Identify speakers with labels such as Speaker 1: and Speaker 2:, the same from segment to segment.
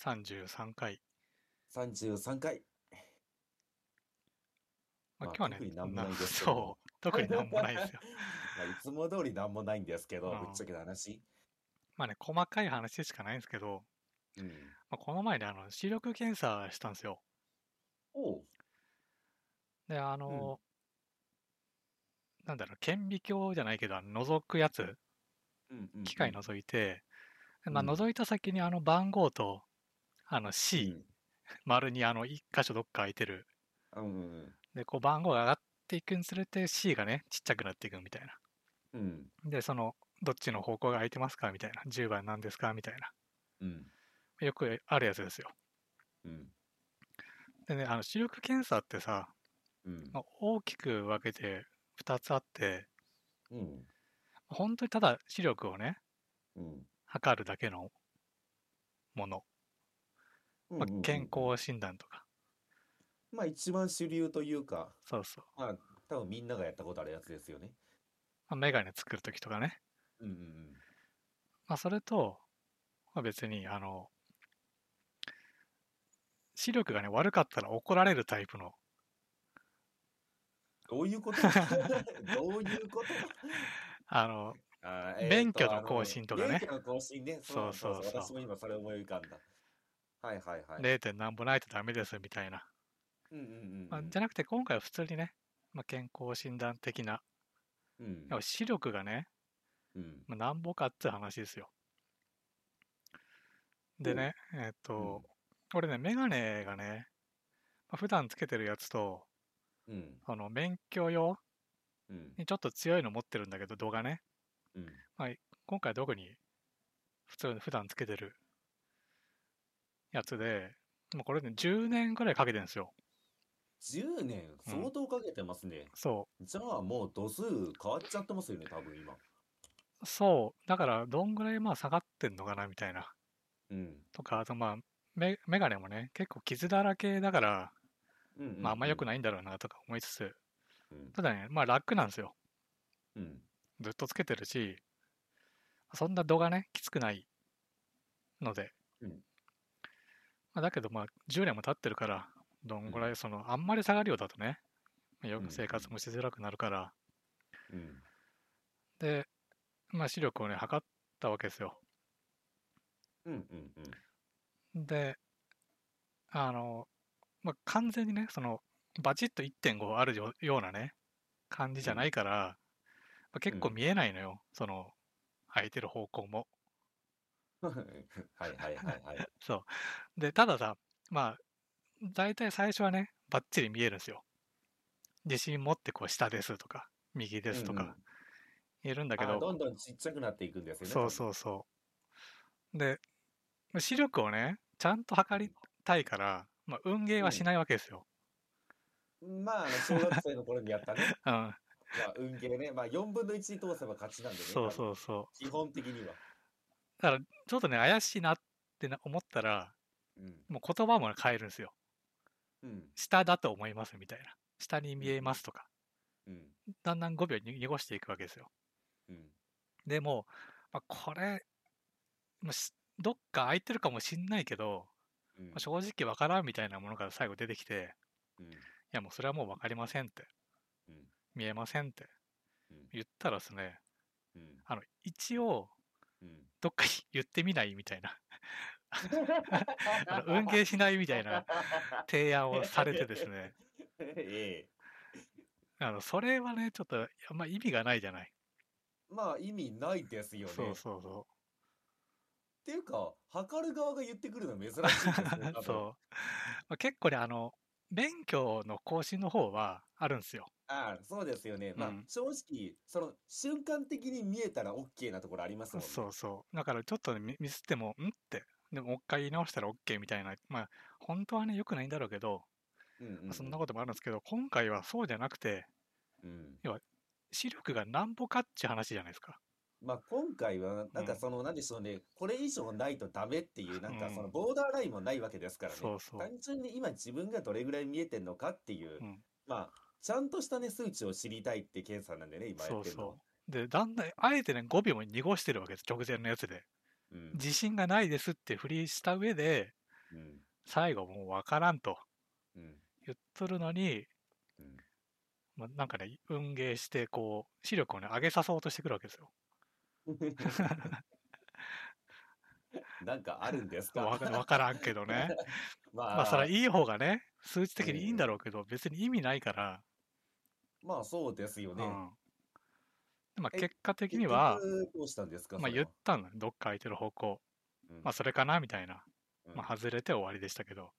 Speaker 1: 33回。
Speaker 2: 33回。
Speaker 1: まあ、
Speaker 2: ま
Speaker 1: 今
Speaker 2: あ
Speaker 1: 日はね、
Speaker 2: 特に
Speaker 1: こ
Speaker 2: なん
Speaker 1: ん
Speaker 2: も
Speaker 1: な
Speaker 2: ないですけど
Speaker 1: そう、特になんもない ですよ。
Speaker 2: まあ、いつも通りなんもないんですけど、
Speaker 1: うん
Speaker 2: ぶっちゃけた話。
Speaker 1: まあね、細かい話しかないんですけど、
Speaker 2: うん。
Speaker 1: まあ、この前ね、あの、視力検査したんですよ。
Speaker 2: おう。
Speaker 1: で、あの、なんだろう、顕微鏡じゃないけど、あの覗くやつ、
Speaker 2: うんうん
Speaker 1: 機械
Speaker 2: の
Speaker 1: 覗いて、でまあ、
Speaker 2: うん
Speaker 1: 覗いた先にあの番号と、あの C、丸にあの、一箇所どっか空いてる。
Speaker 2: うんうん
Speaker 1: で、こう番号が上がっていくにつれて C がね、ちっちゃくなっていくみたいな。
Speaker 2: うん。
Speaker 1: で、その、どっちの方向が空いてますかみたいな。10番なんですかみたい
Speaker 2: うん。
Speaker 1: な。よくあるやつですよ。
Speaker 2: うん。
Speaker 1: でね、あの視力検査ってさ、
Speaker 2: うん。
Speaker 1: まあ大きく分けて2つあって、
Speaker 2: うん。
Speaker 1: 本当にただ視力をね、
Speaker 2: うん。
Speaker 1: 測るだけのもの。まあ
Speaker 2: うんうんうん
Speaker 1: 健。康診断とか。
Speaker 2: まあ一番主流というか、
Speaker 1: そうそう。
Speaker 2: まあ多分みんながやったことあるやつですよね。
Speaker 1: まあ、メガネ作るときとかね。
Speaker 2: うん
Speaker 1: まあ、それと、まあ、別に、あの、視力がね、悪かったら怒られるタイプの、
Speaker 2: どうい うことどういうこと
Speaker 1: あの、
Speaker 2: あー
Speaker 1: 免許
Speaker 2: えーと
Speaker 1: の更新とかね
Speaker 2: あの免許の更新ね。
Speaker 1: そうそうそう
Speaker 2: 私も今それ思い浮かんだ。はいはいはい。
Speaker 1: 0. 点なんぼないとダメですみたいな。
Speaker 2: うんうんうんうん。
Speaker 1: まあ、じゃなくて、今回は普通にね、まあ、健康診断的な、
Speaker 2: うん
Speaker 1: でも視力がね、
Speaker 2: うん。
Speaker 1: まあ、なんぼかって話ですよ。でね、えーっと、俺ね、メガネがね、まあ、普段つけてるやつと、
Speaker 2: うん。
Speaker 1: あの、免許用
Speaker 2: うん。
Speaker 1: にちょっと強いの持ってるんだけど、動画ね。
Speaker 2: うん。
Speaker 1: 今回特に、普通に普段つけてるやつで、もうこれね、10年くらいかけてるんですよ。
Speaker 2: 10年、
Speaker 1: うん
Speaker 2: 相当かけてますね。
Speaker 1: そ
Speaker 2: じゃあもう度数変わっちゃってますよね、多分今。
Speaker 1: う。そう。だから、どんぐらいまあ下がってんのかな、みたいな。
Speaker 2: うん。
Speaker 1: とか、あとまあ、メメガネもね、結構傷だらけだから、
Speaker 2: うんうん、うん。
Speaker 1: まあ、あんま良く
Speaker 2: ない。
Speaker 1: ないんだろうなとか思いつつ、
Speaker 2: うん。
Speaker 1: ただね、まあ楽なんですよ。
Speaker 2: うん。
Speaker 1: ずっとつけてるし、そんな度がね、きつくないので。
Speaker 2: うん
Speaker 1: まあ、だけど、まあ、10年も経ってるから、どんぐら
Speaker 2: う
Speaker 1: い、その、あんまり下がるようだとね、まあよ
Speaker 2: うんう
Speaker 1: く
Speaker 2: ん
Speaker 1: 生活もしづらくなるから、
Speaker 2: うん。
Speaker 1: で、まあ、視力をね、測ったわけですよ。
Speaker 2: うん。うん。うん。
Speaker 1: で、あの、まあ、完全にね、その、バチッと1.5あるよようなね、感じじゃないから、まあ、結構
Speaker 2: うん
Speaker 1: 見えないのよ、その、空いてる方向も。
Speaker 2: はいはいはいはい。
Speaker 1: そう。で、たださ、まあ、大体最初はね、バッチリ見えるんですよ。自信持ってこう、下ですとか、右ですと
Speaker 2: うんうん
Speaker 1: か、言え るんだけ
Speaker 2: あー
Speaker 1: ど、
Speaker 2: どんどんちっちゃくなっていくんですよね。
Speaker 1: そうそうそう。で、視力をね、ちゃんと測りたいから、まあ、運ゲーはしないわけですよ。
Speaker 2: う。まあ、あの小学生の頃にやったね。
Speaker 1: うん、
Speaker 2: まあ、運ゲーね。まあ、4分の1通せば勝ちなんでね。
Speaker 1: そう
Speaker 2: う。
Speaker 1: そうそう。
Speaker 2: 基本的には。
Speaker 1: ちょっとね、怪しいなってな思ったら、
Speaker 2: うん。
Speaker 1: もう言葉も変えるんですよ。
Speaker 2: うん。
Speaker 1: 下だと思いますみたいな。下に見えますとか。
Speaker 2: うん。
Speaker 1: だんだん5秒に濁していくわけですよ。
Speaker 2: うん。
Speaker 1: でも、まあ、これ、もうしどっか空いてるかもしんないけど、
Speaker 2: うん
Speaker 1: まあ。正直わからんみたいなものが最後出てきて、
Speaker 2: うん。
Speaker 1: いやもうそれはもうわかりませんって、
Speaker 2: うん
Speaker 1: 見えませんって
Speaker 2: うん
Speaker 1: 言ったらですね、
Speaker 2: うん。
Speaker 1: あの、一応、
Speaker 2: うん。
Speaker 1: どっかに言ってみないみたい な、あの運ゲーしないみたいな提案をされてですね、
Speaker 2: ええ。
Speaker 1: あの、それはね、ちょっと、あんま意味がないじゃない。
Speaker 2: まあ、意味ないですよね。
Speaker 1: そうそうそ
Speaker 2: っていうか、測る側が言ってくるの珍しいですね
Speaker 1: う。。 そう。まあ、結構ね、あの、免許の更新の方はあるんですよ。
Speaker 2: ああ、そうですよね。まあ
Speaker 1: うん、
Speaker 2: 正直、その瞬間的に見えたら OK なところありますもんね。
Speaker 1: そうそう。だからちょっとねミミスっても、んって。でも、もう一回言い直したら OK みたいな。まあ、本当はね、良くないんだろうけど、
Speaker 2: うんうんう
Speaker 1: まあ
Speaker 2: ん。
Speaker 1: そんなこともあるんですけど、今回はそうじゃなくて、
Speaker 2: うん。
Speaker 1: 視力がなんぼかっちゅう話じゃないですか。
Speaker 2: まあ、今回は、なん
Speaker 1: う
Speaker 2: か
Speaker 1: ん
Speaker 2: その、なんでしょうね、これ以上ないとダメっていう、なん
Speaker 1: う
Speaker 2: か
Speaker 1: ん
Speaker 2: そのボーダーラインもないわけですからね。
Speaker 1: そうそう。
Speaker 2: 単純に今自分がどれぐらい見えてんのかっていう、
Speaker 1: うん
Speaker 2: まあ、ちゃんとしたね、数値を知りたいって検査なんでね、今や
Speaker 1: そ
Speaker 2: っ
Speaker 1: う
Speaker 2: てるのは。
Speaker 1: そう。で、だんだん、あえてね、5秒も濁してるわけです、直前のやつで。
Speaker 2: うん
Speaker 1: 自信がないですってふりした上で、
Speaker 2: うん。
Speaker 1: 最後もう分からんと
Speaker 2: うん。
Speaker 1: 言っとるのに、
Speaker 2: うん。
Speaker 1: まあ、なんかね運ゲーしてこう視力をね上げさそうとしてくるわけですよ。
Speaker 2: なんかあるんですか
Speaker 1: わか分からんけどね。
Speaker 2: まあ、
Speaker 1: まあそれ
Speaker 2: い
Speaker 1: いい方がね数値的にいいんだろうけど、別に意味ないから、
Speaker 2: まあそうですよ
Speaker 1: う
Speaker 2: ね。
Speaker 1: んでまあ、
Speaker 2: え
Speaker 1: 結果的には、
Speaker 2: 結局どうしたんですか
Speaker 1: まあ、言ったんだねどっか空いてる方向、まあ、それかなみたいな、
Speaker 2: あ
Speaker 1: まあ、外れて終わりでしたけど、ま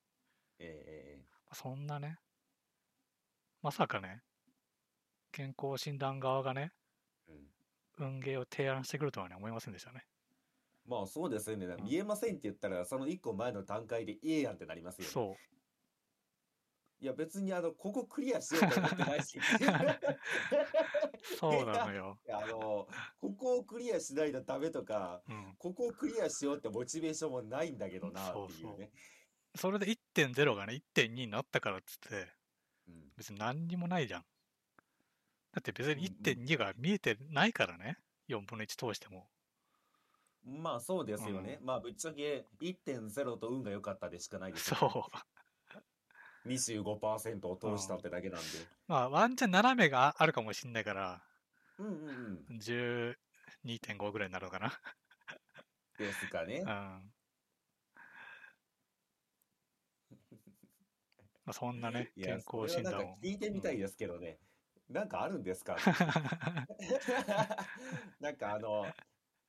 Speaker 2: え
Speaker 1: あそんなねまさかね健康診断側がね
Speaker 2: えうん
Speaker 1: 運ゲーを提案してくるとはね思いませんでしたね。
Speaker 2: まあそうですよね。見えませんって言ったら、その一個前の段階でいいやんってなりますよね。
Speaker 1: そう
Speaker 2: いや別にあの、ここクリアしようと思ってな いし。
Speaker 1: そうなのよ。
Speaker 2: あの、ここをクリアしないとダメとか、
Speaker 1: うん、
Speaker 2: ここをクリアしようってモチベーションもないんだけどなっていうね。
Speaker 1: それで1.0がね1.2になったからっつって
Speaker 2: うん
Speaker 1: 別に何にもないじゃん。だって別
Speaker 2: うんう
Speaker 1: に
Speaker 2: ん
Speaker 1: 1.2が見えてないからね4分の1通しても。
Speaker 2: まあそうですよね。まあぶっちゃけ1.0と運が良かったでしかないです
Speaker 1: そ
Speaker 2: よ。
Speaker 1: う。
Speaker 2: 25%を通したってだけなんで。
Speaker 1: まあワンチャン斜めがあるかもしんないから
Speaker 2: うんうんうん。
Speaker 1: 12.5ぐらいになるのかな。
Speaker 2: ですかね
Speaker 1: うん。。まあそんなね
Speaker 2: いや
Speaker 1: 健康診
Speaker 2: それ
Speaker 1: 断
Speaker 2: はなん
Speaker 1: を
Speaker 2: か。聞いてみたいですけどね。なんかあるんで すか なんかあの、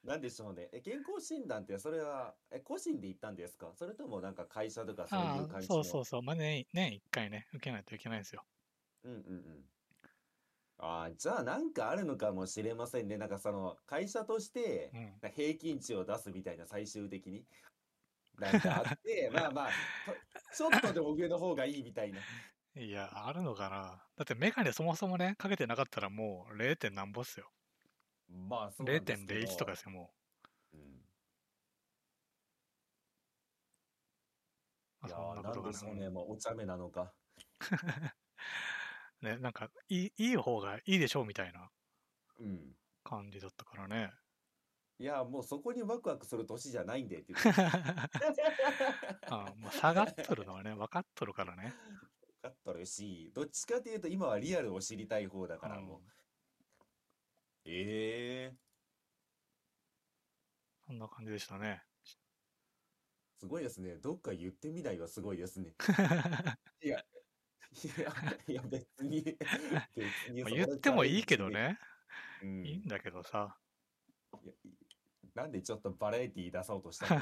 Speaker 2: なんでしょうね。え、健康診断ってそれは、え、個人で行ったんですかそれともなんか会社とかそうい
Speaker 1: あ
Speaker 2: う
Speaker 1: あ
Speaker 2: 感じ
Speaker 1: そ
Speaker 2: の。
Speaker 1: うそうそう、まあ、年年1回ね受けないといけないんですよ。
Speaker 2: うんうんうん。ああ、じゃあなんかあるのかもしれませんね。なんかその会社として
Speaker 1: うん、
Speaker 2: なんか平均値を出すみたいな最終的に。なんか あって、まあまあ、とちょっとでも上の方がいいみたいな。
Speaker 1: いや、あるのかな。だってメガネそもそもね、かけてなかったらもう 0. 点なんぼっすよ。
Speaker 2: まあそうなんですけど。
Speaker 1: 0.01とかですよ、も
Speaker 2: う
Speaker 1: う。
Speaker 2: んいや
Speaker 1: まあ
Speaker 2: ー、なんでしょうね、もうお茶目なのか。
Speaker 1: ね、なんかいい、いい方がいいでしょうみたいな
Speaker 2: うん。
Speaker 1: 感じだったからね。
Speaker 2: いやー、もうそこにワクワクする年じゃないんでって 言って。分
Speaker 1: ああもう下がっとるのはね、分かっとるからね。
Speaker 2: かっとるし、どっちかというと今はリアルを知りたい方だからもう。ええ
Speaker 1: そんな感じでしたね。
Speaker 2: すごいですね。どっか言ってみないはすごいで すね。いや、いや別 に、別に
Speaker 1: まあ
Speaker 2: そん
Speaker 1: 言
Speaker 2: な
Speaker 1: ってもいいけどね、
Speaker 2: チャレンジ
Speaker 1: いい
Speaker 2: ね。
Speaker 1: んだけどさ。
Speaker 2: うんいやなんでちょっとバラエティー出そうとしたの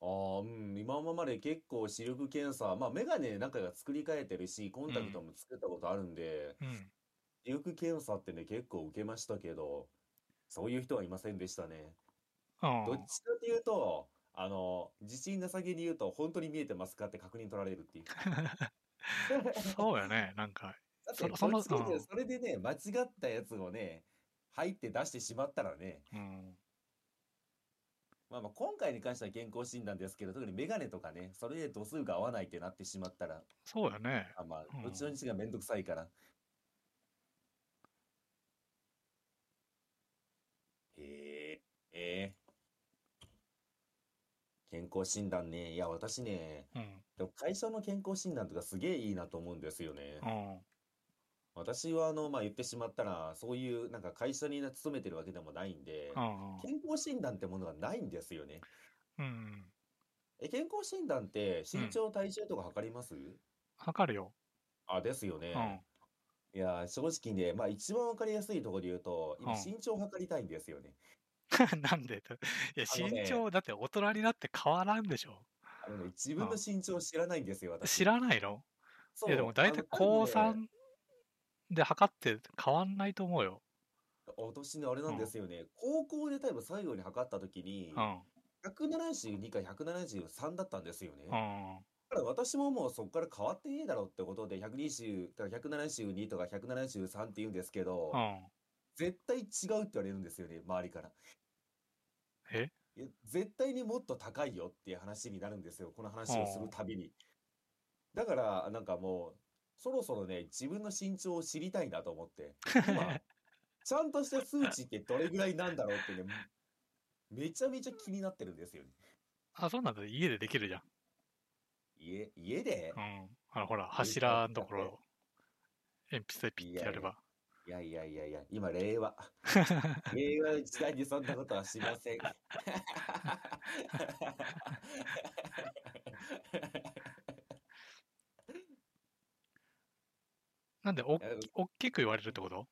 Speaker 2: ああ、うん、今まで結構視力検査、まあ、メガネなんかが作り変えてるし、コンタクトも作ったことあるんで、
Speaker 1: うん。
Speaker 2: 視力検査ってね、結構受けましたけど、そういう人はいませんでしたね。
Speaker 1: うん
Speaker 2: どっちかというと、あの、自信なさげに言うと、本当に見えてますかって確認取られるっていう。
Speaker 1: そうよね、なんか。
Speaker 2: だって、
Speaker 1: そ
Speaker 2: こ
Speaker 1: その
Speaker 2: っちで
Speaker 1: うん
Speaker 2: それでね、間違ったやつをね、入って出してしまったらね、
Speaker 1: うん。
Speaker 2: まあまあ今回に関しては健康診断ですけど、特にメガネとかね、それで度数が合わないってなってしまったら、
Speaker 1: そうよね。
Speaker 2: あま
Speaker 1: うん
Speaker 2: あ、うちの父がめんどくさいから。へえ、ええ。健康診断ね。いや、私ね、
Speaker 1: うん。
Speaker 2: でも会社の健康診断とかすげえいいなと思うんですよね。
Speaker 1: うん。
Speaker 2: 私は、あの、まあ、言ってしまったら、そういう、なんか会社に勤めてるわけでもないんで、
Speaker 1: うん。
Speaker 2: 健康診断ってものがないんですよね。
Speaker 1: うん。
Speaker 2: え、健康診断って
Speaker 1: うん
Speaker 2: 身長、体重とか測ります
Speaker 1: 測るよ。
Speaker 2: あ、ですよ
Speaker 1: う
Speaker 2: ね
Speaker 1: ん。。
Speaker 2: いやー、正直ね、まあ一番わかりやすいところで言うと、今
Speaker 1: うん
Speaker 2: 身長を測りたいんですよね。
Speaker 1: なんでといや
Speaker 2: あのね
Speaker 1: 身長だって大人になって変わらんでしょ
Speaker 2: あのね、自分の
Speaker 1: うん
Speaker 2: 身長を知らないんですよ、私。
Speaker 1: 知らないの
Speaker 2: そう
Speaker 1: いやでも大
Speaker 2: あ
Speaker 1: 体
Speaker 2: の
Speaker 1: 高
Speaker 2: 多分ね
Speaker 1: 3で測って変わんないと思うよ。
Speaker 2: 私ね、あれなんですよね、高校で多分最後に測った時に
Speaker 1: う、ん。
Speaker 2: 172か173だったんですよね。
Speaker 1: う
Speaker 2: だ
Speaker 1: ん。
Speaker 2: から私ももうそこから変わってねえだろうってことで、120だから172とか173って言うんですけど
Speaker 1: う、ん。
Speaker 2: 絶対違うって言われるんですよね、周りから。
Speaker 1: え
Speaker 2: いや絶対にもっと高いよっていう話になるんですよ、この話をするたびに。だから、なんかもう、そろそろね、自分の身長を知りたいな と思って、今、ちゃんとした数値ってどれぐらいなんだろうってね、めちゃめちゃ気になってるんですよね。
Speaker 1: あ、そうなんだ。家でできるじゃん。
Speaker 2: 家、家で
Speaker 1: うん。あの、ほら、柱のところを、鉛筆でピッてやれば。
Speaker 2: いやいやいやいや、今令和。令和の時代にそんなことはしません。
Speaker 1: なんでお、おっきく言われるってこと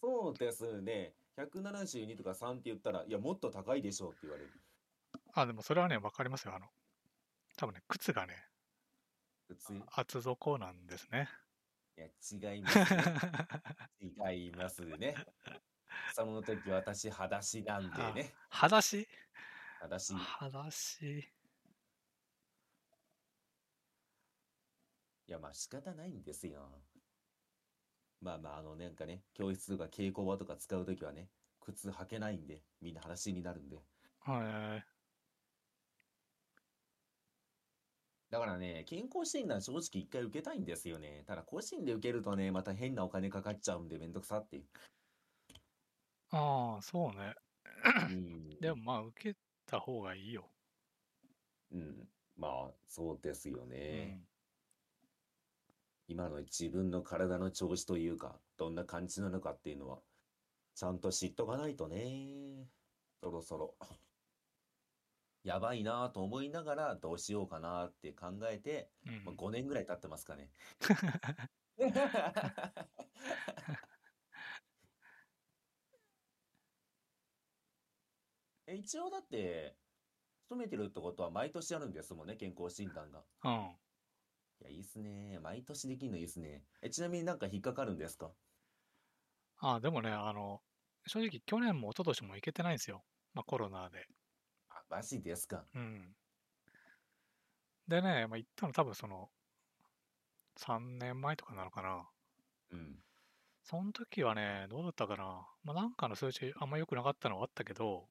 Speaker 2: そうですね。172とか3って言ったら、いや、もっと高いでしょうって言われる。
Speaker 1: あ、でもそれはね、わかりますよ。あの、多分ね、靴がね、
Speaker 2: 普通、い
Speaker 1: 厚底なんですね。
Speaker 2: や、違いますね。違いますね。その時私、裸足なんでね。
Speaker 1: 裸足
Speaker 2: 裸足。い
Speaker 1: 裸足。
Speaker 2: や、まあ仕方ないんですよ。まあまあ、あの、なんかね、教室とか稽古場とか使う時はね、靴履けないんで、みんな裸足になるんで。
Speaker 1: はい。
Speaker 2: だからね、健康診断正直一回受けたいんですよね。ただ個人で受けるとね、また変なお金かかっちゃうんでめんどく さっていう。
Speaker 1: ああ、そうね。
Speaker 2: うん
Speaker 1: でもまあ、受けた方がいいよ。
Speaker 2: うん。まあ、そうですよ
Speaker 1: う
Speaker 2: ね。
Speaker 1: ん。
Speaker 2: 今の自分の体の調子というか、どんな感じなのかっていうのは、ちゃんと知っとかないとね。そろそろ。やばいなと思いながら、どうしようかなって考えて、
Speaker 1: うん
Speaker 2: まあ、5年ぐらい経ってま すかね。え一応だって、勤めてるってことは毎年あるんですもんね、健康診断が。
Speaker 1: うん。
Speaker 2: いや、いいっすね。毎年できるのいいっすね。え、ちなみになんか引っかかるんですか
Speaker 1: ああ、でもね、あの、正直、去年も一昨年も行けてないんですよ。まあ、コロナで。
Speaker 2: あ、マジですか。
Speaker 1: うん。でね、まあ、行ったの多分その、3年前とかなのかな。
Speaker 2: うん。
Speaker 1: その時はね、どうだったかな。まあ、なんかの数値あんま良くなかったのはあったけど、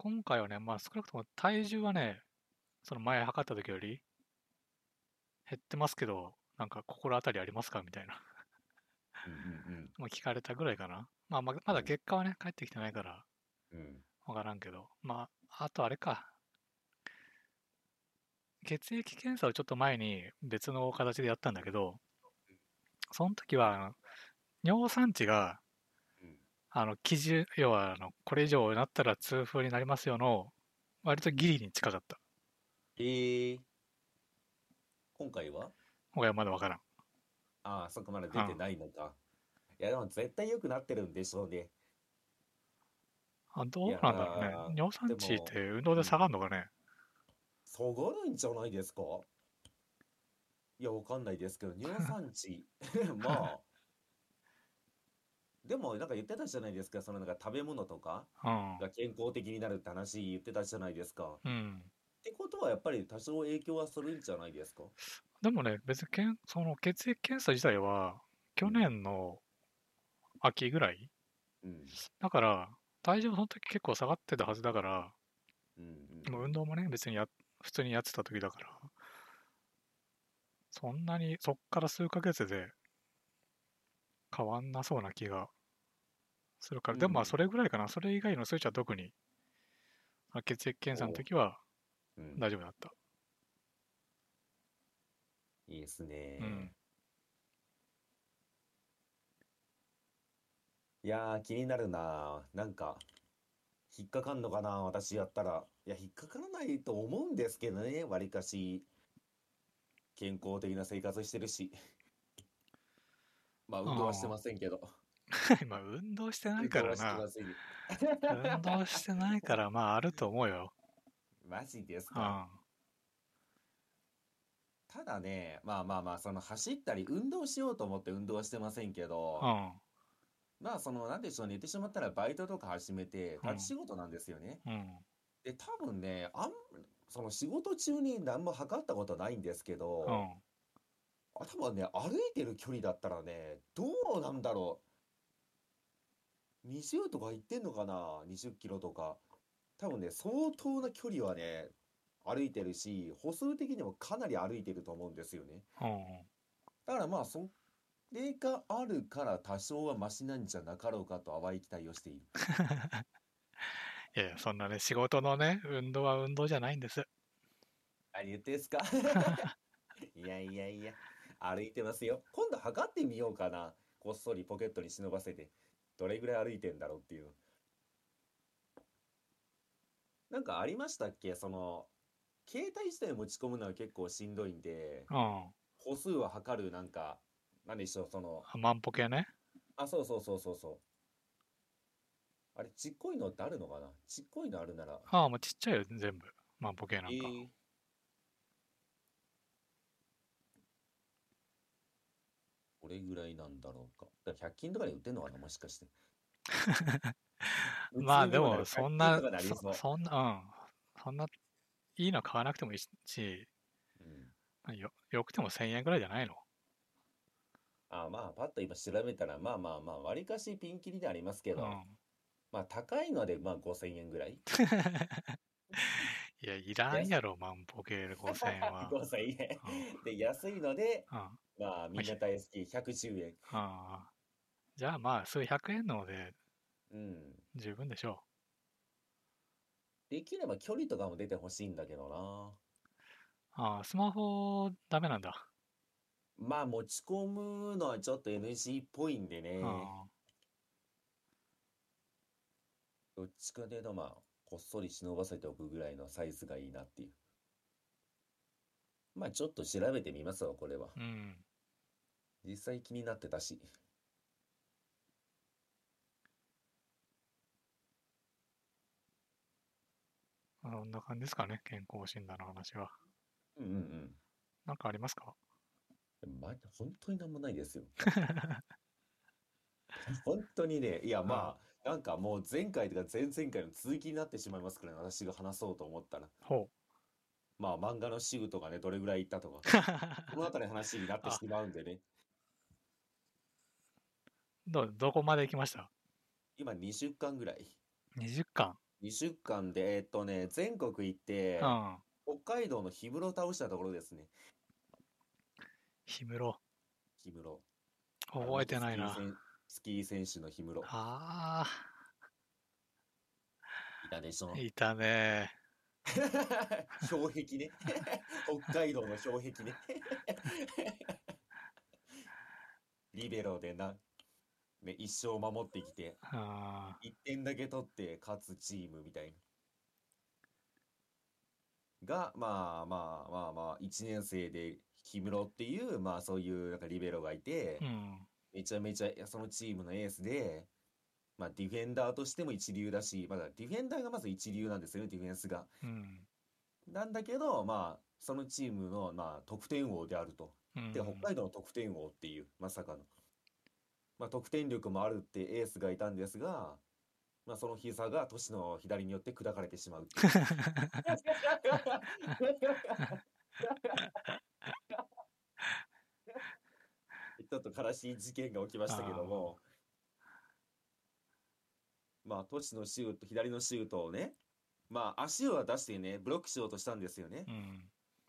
Speaker 1: 今回はね、まあ少なくとも体重はね、その前測った時より減ってますけど、なんか心当たりありますかみたいな。
Speaker 2: うんうん
Speaker 1: まあ聞かれたぐらいかな。まあままだ結果はね、返ってきてないから、
Speaker 2: うん。うん。
Speaker 1: わからんけど。まあ、あとあれか。血液検査をちょっと前に別の形でやったんだけど、その時は、あの尿酸値が、
Speaker 2: うん
Speaker 1: あの、基準、要は、あの、これ以上なったら痛風になりますよの、割とギリに近かった。
Speaker 2: えー、今回は
Speaker 1: ほがまだわからん。
Speaker 2: ああ、そこまで出てないのか。いや、でも絶対良くなってるんでしょうね。
Speaker 1: あどうなんだろう
Speaker 2: い
Speaker 1: ね
Speaker 2: や。ー
Speaker 1: 尿酸値
Speaker 2: で
Speaker 1: っ
Speaker 2: も
Speaker 1: て運動で下がるのかね。
Speaker 2: 下がるんじゃないですかいや、わかんないですけど、尿酸値。 まあ。でも、なんか言ってたじゃないですか、そのなんか食べ物とか
Speaker 1: うん。
Speaker 2: が健康的になるって話言ってたじゃないですか。っ
Speaker 1: うん。
Speaker 2: てことは、やっぱり多少影響はするんじゃないですか
Speaker 1: でもね、別にけんその血液検査自体は、去年の秋ぐらい
Speaker 2: うん。
Speaker 1: だから、体重もその時結構下がってたはずだから、
Speaker 2: うんうん
Speaker 1: もう運動もね、別にや普通にやってた時だから、そんなにそっから数ヶ月で変わんなそうな気がするから、でもまあ
Speaker 2: うん
Speaker 1: それぐらいかな、それ以外の数値は特に、あ血液検査の時は
Speaker 2: うん
Speaker 1: 大丈夫だった。
Speaker 2: いいですね。
Speaker 1: うん
Speaker 2: いやー、気になるなー。なんか、引っかかんのかな、私やったら。いや、引っかからないと思うんですけどね、わりかし、健康的な生活してるし。 まあ、運動はしてませんけど。
Speaker 1: 今、運動してないから
Speaker 2: 運動はして
Speaker 1: な
Speaker 2: ま。せんけど
Speaker 1: 運動してないから、まああると思うよ。
Speaker 2: マジです
Speaker 1: うん。
Speaker 2: か。ただね、まあまあまあ、その走ったり、運動しようと思って運動はしてませんけど、
Speaker 1: うん。
Speaker 2: まあ、その、なんでしょうね、寝てしまったらバイトとか始めて、立ち仕事なんですよね。
Speaker 1: うん。
Speaker 2: で、多分ね、あん、その仕事中に何も測ったことないんですけど、
Speaker 1: うん。
Speaker 2: あ多分ね、歩いてる距離だったらね、どうなんだろう。20とか行ってんのかな ?20 キロとか。多分ね、相当な距離はね、歩いてるし、歩数的にもかなり歩いてると思うんですよね。
Speaker 1: うん。
Speaker 2: だからまあ、そ、定価あるから多少はマシなんじゃなかろうかと淡い期待をしている。
Speaker 1: いやいや、そんなね、仕事のね、運動は運動じゃないんです。
Speaker 2: 何言ってんす かいやいやいや、歩いてますよ。今度測ってみようかな。こっそりポケットに忍ばせて、どれぐらい歩いてんだろうっていう。なんかありましたっけその、携帯自体持ち込むのは結構しんどいんで、
Speaker 1: うん。
Speaker 2: 歩数は測るなんか、何でしょう、その、
Speaker 1: 万歩計ね。
Speaker 2: あ、そうそうそうそうそう。あれ、ちっこいのってあるのかなちっこいのあるなら。
Speaker 1: ああ、もうちっちゃいよ、全部。万歩計なんか。
Speaker 2: えーこれぐらいなんだろうか。だから100均とかで売ってんのかなもしかして。
Speaker 1: まあで
Speaker 2: 普
Speaker 1: も、
Speaker 2: 通
Speaker 1: そん
Speaker 2: のも
Speaker 1: な
Speaker 2: のなら100均とかでありそう
Speaker 1: そ、そんな、うん。そんな、いいの買わなくてもいいし、
Speaker 2: うん
Speaker 1: よよくても1000円ぐらいじゃないの
Speaker 2: あまあ、パッと今調べたら、まあまあまあ、わりかしピンキリでありますけ
Speaker 1: う
Speaker 2: ど、
Speaker 1: ん。
Speaker 2: まあ高いので、まあ5000円ぐらい。
Speaker 1: いや、いらんやろ、万歩計で5000円 は。
Speaker 2: 5000円。
Speaker 1: うん。うん
Speaker 2: で、安いので、
Speaker 1: うん
Speaker 2: まあみんな大好き、110円。
Speaker 1: じゃあまあ、数百円ので
Speaker 2: うん。
Speaker 1: 十分でしょ
Speaker 2: できれば距離とかも出てほしいんだけどな。
Speaker 1: う。ああ、スマホダメなんだ。
Speaker 2: まあ持ち込むのはちょっと NG っぽいんでね。
Speaker 1: あ
Speaker 2: どっちかというとまあ、こっそり忍ばせておくぐらいのサイズがいいなっていう。まあちょっと調べてみますわ、これは。
Speaker 1: あ、うん。
Speaker 2: 実際気になってたし。
Speaker 1: そんな感じですかね、健康診断の話は。
Speaker 2: うんうん
Speaker 1: なんかありますか
Speaker 2: うん。まあ、本当になんもないですよ。本当にね、いやまあ、なんかもう前回とか前々回の続きになってしまいますから、ね、私が話そうと思ったら。
Speaker 1: ほ
Speaker 2: まあ漫画のシグとかね、どれぐらいいったとか、
Speaker 1: う。
Speaker 2: この辺りの話になって
Speaker 1: あ
Speaker 2: しまうんでね。
Speaker 1: どう、どこまで行きました
Speaker 2: 今20巻ぐらい。
Speaker 1: ?20 巻。
Speaker 2: 20巻で、えっとね、全国行って
Speaker 1: う、ん。
Speaker 2: 北海道の氷室を倒したところですね。
Speaker 1: 氷室。
Speaker 2: 氷室。
Speaker 1: 覚えてない
Speaker 2: あ
Speaker 1: な。
Speaker 2: のスキー選スキー選手の氷室。
Speaker 1: あ
Speaker 2: いたでしょ
Speaker 1: あ、。いたね。
Speaker 2: 氷壁 ね。北海道の氷壁ね。リベロでな、ね、一生守ってきて、
Speaker 1: あ
Speaker 2: 1点だけ取って勝つチームみたいな。が、まあまあまあまあ、1年生で氷室っていう、まあそういうなんかリベロがいて
Speaker 1: あ、う、ん。
Speaker 2: めちゃめちゃそのチームのエースで、まあディフェンダーとしても一流だし、まだディフェンダーがまず一流なんですよね、ディフェンスが。
Speaker 1: うん。
Speaker 2: なんだけど、まあ、そのチームの、まあ、得点王であると。
Speaker 1: うん
Speaker 2: で、北海道の得点王っていう、まさかの。まあ、得点力もあるってエースがいたんですが、まあ、その膝が都市の左によって砕かれてしまうっていう。 ちょっと悲しい事件が起きましたけども、まあ、都市のシュート、左のシュートをね、まあ、足を出してね、ブロックしようとしたんですよね。
Speaker 1: うん。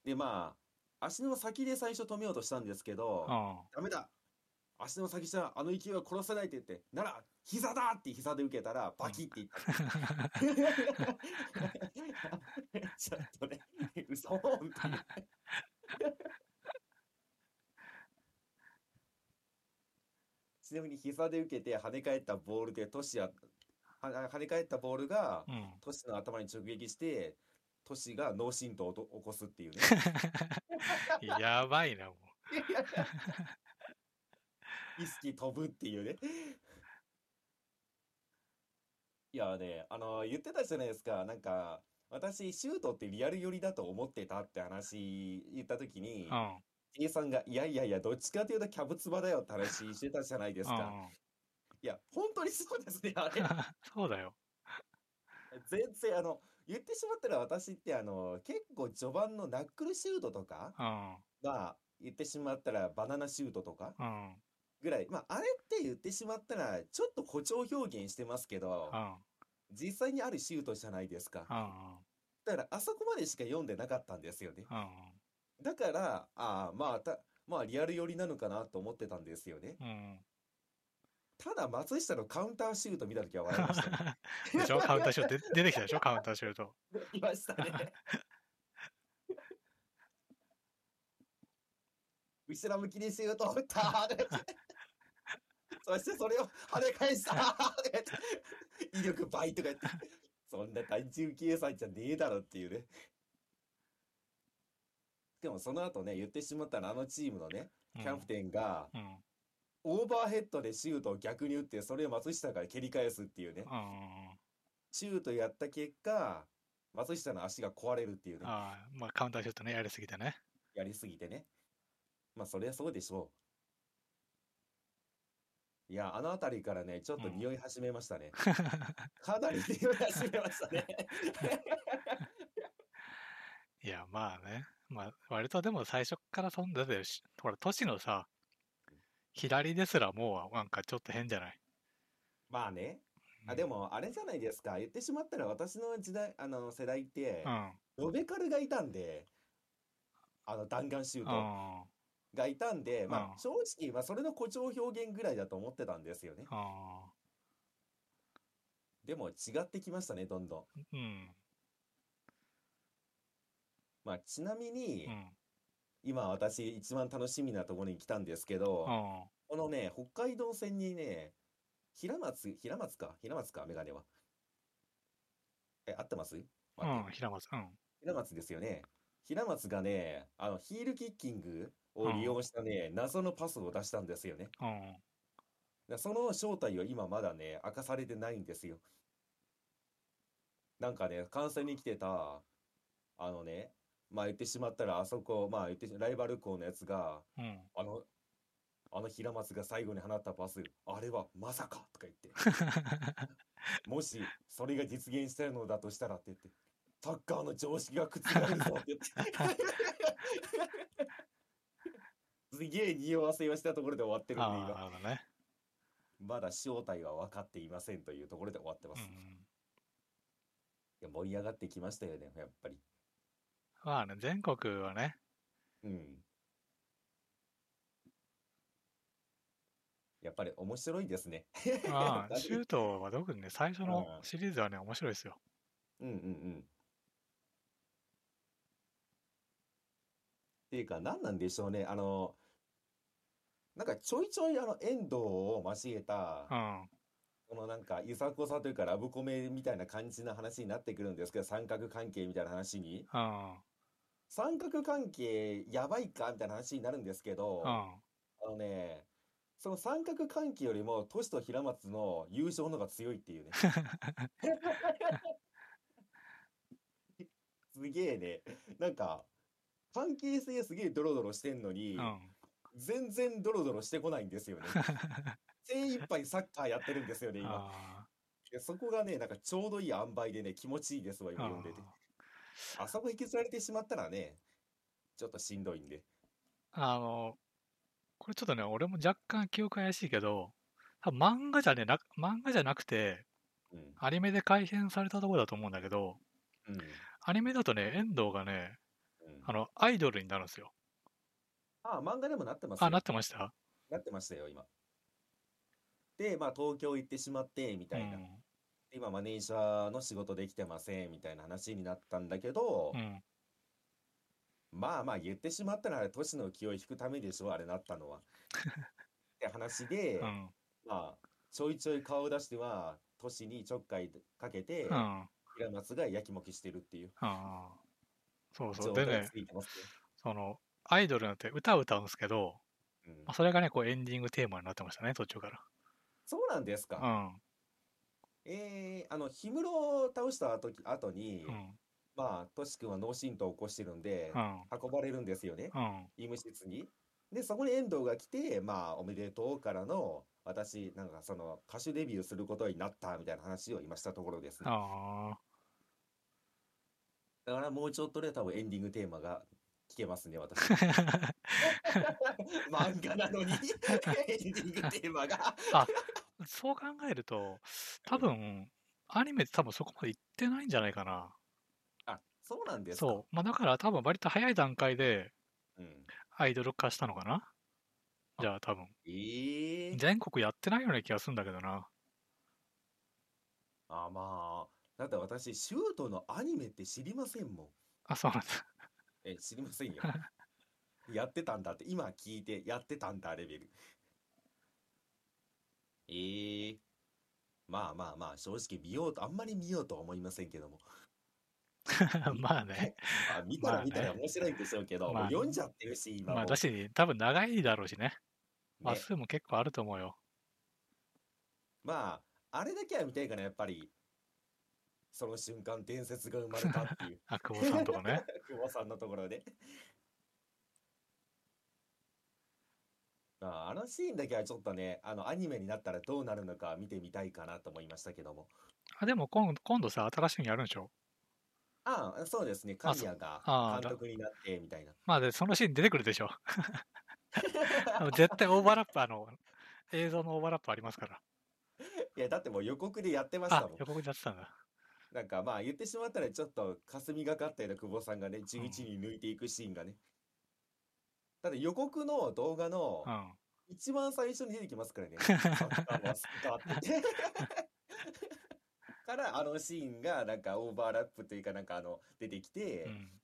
Speaker 2: で、まあ、足の先で最初止めようとしたんですけど、
Speaker 1: うん。
Speaker 2: ダメだ足の先じゃあの勢いは殺せないって言って、なら、膝だって膝で受けたら、バキって いった。 ちょっとね、嘘っていう。 ちなみに膝で受けて跳ね返ったボールで、トシや、は跳ね返ったボールが、
Speaker 1: うん。
Speaker 2: トシの頭に直撃して、トシが脳震盪をと起こすっていうね。
Speaker 1: やばいな、もう。
Speaker 2: 意識飛ぶっていうね。いやね、あの、言ってたじゃないですか。なんか、私、シュートってリアル寄りだと思ってたって話言った時に
Speaker 1: う、ん。
Speaker 2: A さんが、いやいやいや、どっちかというとキャブツバだよって話してたじゃないですか。いや、本当にそうですね、あ
Speaker 1: う
Speaker 2: れ
Speaker 1: ん。そうだよ。
Speaker 2: 全然、あの、言ってしまったら私って、あの、結構序盤のナックルシュートとか、
Speaker 1: うん。
Speaker 2: まあ、言ってしまったらバナナシュートとか
Speaker 1: うん。
Speaker 2: ぐらい、まあ、あれって言ってしまったら、ちょっと誇張表現してますけど
Speaker 1: う、ん。
Speaker 2: 実際にあるシュートじゃないですか
Speaker 1: う。ん。
Speaker 2: だから、あそこまでしか読んでなかったんですよね。
Speaker 1: うん。
Speaker 2: だから、ああ、まあ、た、まあリアル寄りなのかなと思ってたんですよね。
Speaker 1: うん。
Speaker 2: ただ松下のカウンターシュート見た時は笑いましたね。
Speaker 1: でしょカウンターシュートで出てきたでしょカウンターシュート。
Speaker 2: いましたね。 後ろ向きにシュートを打った ーってそしてそれを跳ね返した ーって威力倍とか言って、そんな単純計算じゃねえだろっていうね。でもその後ね、言ってしまったらあのチームのね、
Speaker 1: うん
Speaker 2: キャプテンが
Speaker 1: うん。
Speaker 2: オーバーヘッドでシュートを逆に打って、それを松下から蹴り返すっていうね、
Speaker 1: うん。
Speaker 2: シュートやった結果、松下の足が壊れるっていうね。
Speaker 1: ああ、まあカウンターシュートね、やりすぎてね。
Speaker 2: やりすぎてね。まあ、そりゃそうでしょう。いや、あの辺りからね、ちょっと
Speaker 1: うん
Speaker 2: 匂い始めました ね。かなり匂い始めましたね。
Speaker 1: いや、まあね。まあ、割とでも最初からそんなでし、ほら、都市のさ、左ですらもうなんかちょっと変じゃない。
Speaker 2: まあね。あ、でも、あれじゃないですか。言ってしまったら、私の時代、あの、世代って
Speaker 1: う、ん。
Speaker 2: ロベカルがいたんで、あの、弾丸シュー
Speaker 1: う
Speaker 2: ト
Speaker 1: ん。うん。
Speaker 2: がいたんで、ま
Speaker 1: うん
Speaker 2: あ、正直、まあ、それの誇張表現ぐらいだと思ってたんですよね。でも、違ってきましたね、どんどん。
Speaker 1: うん。
Speaker 2: まあ、ちなみに
Speaker 1: う、ん。
Speaker 2: 今私一番楽しみなところに来たんですけ
Speaker 1: う
Speaker 2: ど、
Speaker 1: ん。
Speaker 2: このね、北海道線にね、平松、平松か、平松か、メガネは。え、合ってます待って
Speaker 1: うん。平松。うん。
Speaker 2: 平松ですよね。平松がね、あの、ヒールキッキングを利用したね、謎のパスを出したんですよね。
Speaker 1: うん。
Speaker 2: だその正体は今まだね、明かされてないんですよ。なんかね、観戦に来てた、あのね、まあ言ってしまったら、あそこ、まあ言ってしライバル校のやつが、
Speaker 1: うん。
Speaker 2: あの、あの平松が最後に放ったパス、あれはまさかとか言 って、もしそれが実現したのだとしたらって言って、サッカーの常識が覆るぞって 言って。すげえ匂わせをしたところで終わってるんで、
Speaker 1: ああ、な。る
Speaker 2: 今
Speaker 1: ほどね。
Speaker 2: まだ正体は分かっていませんというところで終わってま
Speaker 1: う
Speaker 2: す。い
Speaker 1: ん。
Speaker 2: や盛り上がってきましたよね、やっぱり。
Speaker 1: まあね、全国はね、
Speaker 2: うん。やっぱり面白いですね。
Speaker 1: まあ、
Speaker 2: だいぶ
Speaker 1: シュートは特にね、最初の
Speaker 2: うん
Speaker 1: シリーズはね、面白いですよ。
Speaker 2: うんうんうん。っていうか、何なんでしょうね。あの、なんかちょいちょいあの遠藤を交えた
Speaker 1: う、ん。
Speaker 2: このなんかいさこさというかラブコメみたいな感じな話になってくるんですけど、三角関係みたいな話に。
Speaker 1: うん。
Speaker 2: 三角関係やばいかみたいな話になるんですけど、
Speaker 1: う
Speaker 2: あ
Speaker 1: ん。
Speaker 2: のね、その三角関係よりも、トシと平松の優勝の方が強いって いうね。すげえね。なんか、関係性すげえドロドロしてんのに、
Speaker 1: うん。
Speaker 2: 全然ドロドロしてこない んですよね。精一杯サッカーやってるんですよね、今。
Speaker 1: あ
Speaker 2: でそこがね、なんかちょうどいい塩梅でね、気持ちいいですわ、
Speaker 1: ー
Speaker 2: 今読んでて。あそこ引きずられてしまったらね、ちょっとしんどいんで。
Speaker 1: あの、これちょっとね、俺も若干記憶怪しいけど、多分漫画じゃね、な漫画じゃなくて、
Speaker 2: うん。
Speaker 1: アニメで改編されたところだと思うんだけど、
Speaker 2: うん。
Speaker 1: アニメだとね、遠藤がね、
Speaker 2: うん
Speaker 1: あの、アイドルになるんですよ。
Speaker 2: あ、漫画でもなってます
Speaker 1: あ、
Speaker 2: よ
Speaker 1: なってました
Speaker 2: なってましたよ、今。で、まあ、東京行ってしまって、み
Speaker 1: う
Speaker 2: たいな。
Speaker 1: ん。
Speaker 2: 今、マネージャーの仕事できてません、みたいな話になったんだけど
Speaker 1: う、ん。
Speaker 2: まあまあ、言ってしまったら、あれ、都市の気を引くためでしょ、あれなったのは。って話で
Speaker 1: う、ん。
Speaker 2: まあ、ちょいちょい顔を出しては、都市にちょっかいかけて
Speaker 1: う、ん。
Speaker 2: 平松がやきもきしてるっていう
Speaker 1: うん。そうそう。
Speaker 2: 状
Speaker 1: で
Speaker 2: 態が
Speaker 1: ね
Speaker 2: つ、いてますね。
Speaker 1: その、アイドルなんて歌を歌うんですけど、
Speaker 2: うん
Speaker 1: まあ、それがね、こうエンディングテーマになってましたね、途中か
Speaker 2: そうなんです
Speaker 1: ら。
Speaker 2: か。えー、あの、氷室を倒した後き後に
Speaker 1: う、ん。
Speaker 2: まあ、トシ君は脳震盪を起こしてるんで
Speaker 1: う、ん。
Speaker 2: 運ばれるんですよね、
Speaker 1: うん。
Speaker 2: 医務室に。で、そこに遠藤が来て、まあ、おめでとうからの、私、なんかその、歌手デビューすることになったみたいな話を今したところですね。
Speaker 1: あ
Speaker 2: だからもうちょっとで多分エンディングテーマが聞けますね、私。
Speaker 1: あ。
Speaker 2: 漫画なのにエンディングテーマが。
Speaker 1: そう考えると、多分、アニメって多分そこまで行ってないんじゃないかな。
Speaker 2: あ、そうなんですか。
Speaker 1: そう。まあだから多分割と早い段階で、
Speaker 2: うん。
Speaker 1: アイドル化したのかなじゃあ多分。
Speaker 2: ええ
Speaker 1: 全国やってないような気がするんだけどな。
Speaker 2: あ、まあ。だって私、シュートのアニメって知りませんもん。
Speaker 1: あ、そうなんだ。
Speaker 2: え、知りませんよ。やってたんだって、今聞いて、やってたんだレベル。ええまあまあまあ、正直見ようと、あんまり見ようとは思いませんけ ども。
Speaker 1: まあね。
Speaker 2: あ、見たら
Speaker 1: まあ
Speaker 2: 見たら
Speaker 1: ね
Speaker 2: 面白いんでしょうけど、もう
Speaker 1: まあ
Speaker 2: 読んじゃってるし、今
Speaker 1: まあ
Speaker 2: も。
Speaker 1: だし、多分長いだろうしね。話
Speaker 2: ね
Speaker 1: 数も結構あると思うよ。
Speaker 2: まあ、あれだけは見たいかな、やっぱり。その瞬間、伝説が生まれたっていう。
Speaker 1: あ、久保さんとか ね。
Speaker 2: 久保さんのところで。まあ、あのシーンだけはちょっとね、あのアニメになったらどうなるのか見てみたいかなと思いましたけども。
Speaker 1: あ、でも今今度さ、新しいのやるんでしょ
Speaker 2: ああ、そうですね、
Speaker 1: あ
Speaker 2: 神谷が
Speaker 1: ああだ
Speaker 2: 監督になってみたいな。
Speaker 1: まあで、そのシーン出てくるでしょ あ の絶対オーバーラップ、あの、映像のオーバーラップありますから。
Speaker 2: いや、だってもう予告でやってました
Speaker 1: あ
Speaker 2: もん、。
Speaker 1: 予告でやってたんだ。
Speaker 2: なんかまあ言ってしまったらちょっと霞がかったような久保さんがね、11に抜いていくシーンがね。だって予告の動画の
Speaker 1: うん。
Speaker 2: 一番最初に出てきますからね。サッカーはサッカーって からあのシーンがなんかオーバーラップというかなんかあの出てきて、
Speaker 1: うん。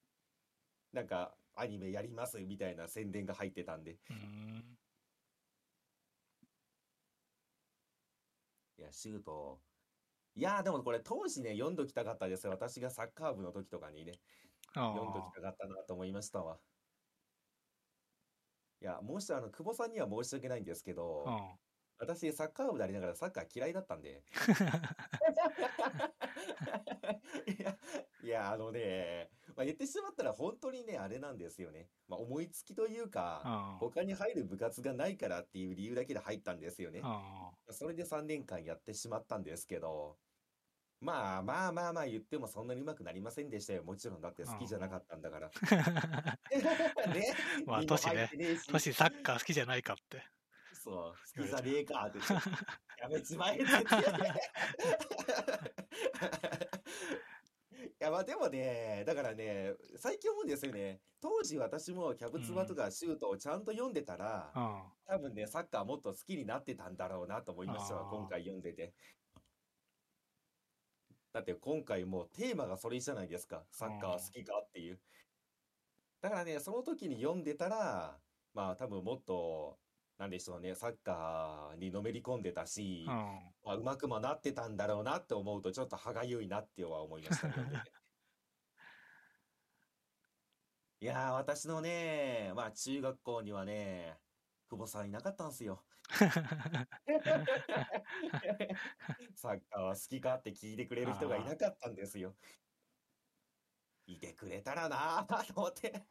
Speaker 2: なんかアニメやりますみたいな宣伝が入ってたんで。
Speaker 1: うーん。
Speaker 2: いや、シュート。いやーでもこれ当時ね、読んどきたかったですよ。私がサッカー部の時とかにね、読んど
Speaker 1: あ
Speaker 2: きたかったなと思いましたわ。いや、もしあの、久保さんには申し訳ないんですけ
Speaker 1: あ。う
Speaker 2: ど、
Speaker 1: ん。
Speaker 2: 私、サッカー部でありながらサッカー嫌いだったん で。 いや、いや、あのね、まあ、言ってしまったら本当にね、あれなんですよね。まあ、思いつきという
Speaker 1: う
Speaker 2: か、
Speaker 1: ん。
Speaker 2: 他に入る部活がないからっていう理由だけで入ったんですよね。
Speaker 1: うん
Speaker 2: それで3年間やってしまったんですけど、まあまあまあまあ言ってもそんなにうまくなりませんでしたよ。もちろんだって好きじゃなかったんだから。 ね、
Speaker 1: まあ
Speaker 2: にも
Speaker 1: 都市ね
Speaker 2: 入ってねえし
Speaker 1: トシサッカー好きじゃないかって。
Speaker 2: そう、好きじゃねえかってち ょっと、やめちまえって言って。 いやまあでもね、だからね、最近思うんですよね。当時私もキャブツバとかシュートをちゃんと読んでたら、
Speaker 1: うん。
Speaker 2: 多分ね、サッカーもっと好きになってたんだろうなと思いましたわ、
Speaker 1: あー
Speaker 2: 今回読んでて。だって今回もうテーマがそれじゃないですか、サッカー好きかっていう。だからね、その時に読んでたら、まあ多分もっと、なんでしょうね、サッカーにのめり込んでたし、
Speaker 1: う
Speaker 2: ま
Speaker 1: ん。
Speaker 2: あ、うまくもなってたんだろうなって思うと、ちょっと歯がゆいなっては思いました、 読んでていやー、私のね、まあ中学校にはね、久保さんいなかったん すよ。サッカーは好きかって聞いてくれる人がいなかったんですよ。いてくれたらなぁと思って。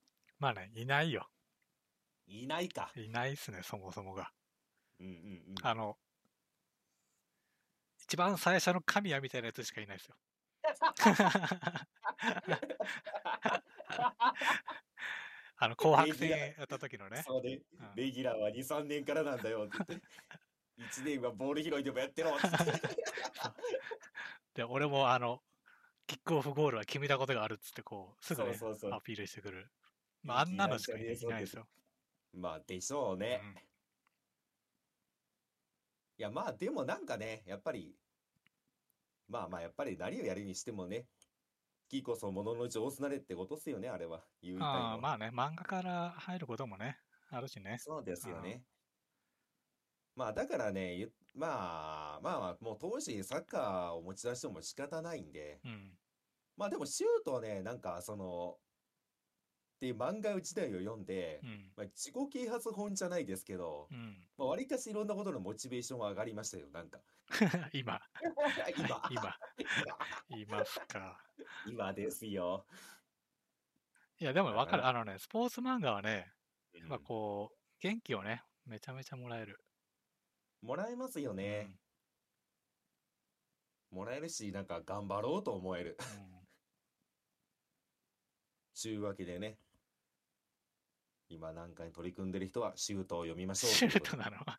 Speaker 1: まあね、いないよ。
Speaker 2: いないか。
Speaker 1: いないっすね、そもそもが。
Speaker 2: うんうんうん。
Speaker 1: あの、一番最初の神谷みたいなやつしかいないですよ。 あの、紅白戦やった時のね。
Speaker 2: そうね
Speaker 1: う。ん
Speaker 2: レギュラーは2、3年からなんだよって言って。1年 はボール拾いでもやってろって言って。
Speaker 1: で、俺もあの、キックオフゴールは決めたことがあるっつって、こう、すぐね、
Speaker 2: そうそうそう
Speaker 1: アピールしてくる。まあ、あんなのしかいないですよ。
Speaker 2: まあでしょう
Speaker 1: う
Speaker 2: ね。
Speaker 1: ん
Speaker 2: いやまあでもなんかね、やっぱり、まあまあやっぱり何をやるにしてもね、好きこそものの上手なれってことっすよね、あれは。言いたいの
Speaker 1: ああ
Speaker 2: は
Speaker 1: まあね、漫画から入ることもね、あるしね。
Speaker 2: そうですよ
Speaker 1: うん
Speaker 2: ね。まあだからね、ゆまあまあまあ、もう当時サッカーを持ち出しても仕方ないんで、
Speaker 1: うん。
Speaker 2: まあでもシュートはね、なんかその、っていう漫画自体を読んで
Speaker 1: う、ん。
Speaker 2: まあ、自己啓発本じゃないですけど
Speaker 1: う、ん。
Speaker 2: まあ、割かしいろんなことのモチベーションは上がりましたよ、なんか。
Speaker 1: 今、
Speaker 2: 今、
Speaker 1: 今、
Speaker 2: 今、
Speaker 1: いますか。
Speaker 2: 今ですよ。
Speaker 1: いや、でもわかる。
Speaker 2: だ
Speaker 1: あのね、スポーツ漫画はね、
Speaker 2: うん
Speaker 1: まあこう、元気をね、めちゃめちゃもらえる。
Speaker 2: もらえますよね。もらえるし、なんか頑張ろうと思える。
Speaker 1: うん うん
Speaker 2: ちゅうわけでね、今なんかに取り組んでる人はシュートを読みましょう
Speaker 1: シュート
Speaker 2: ということ
Speaker 1: なの
Speaker 2: で。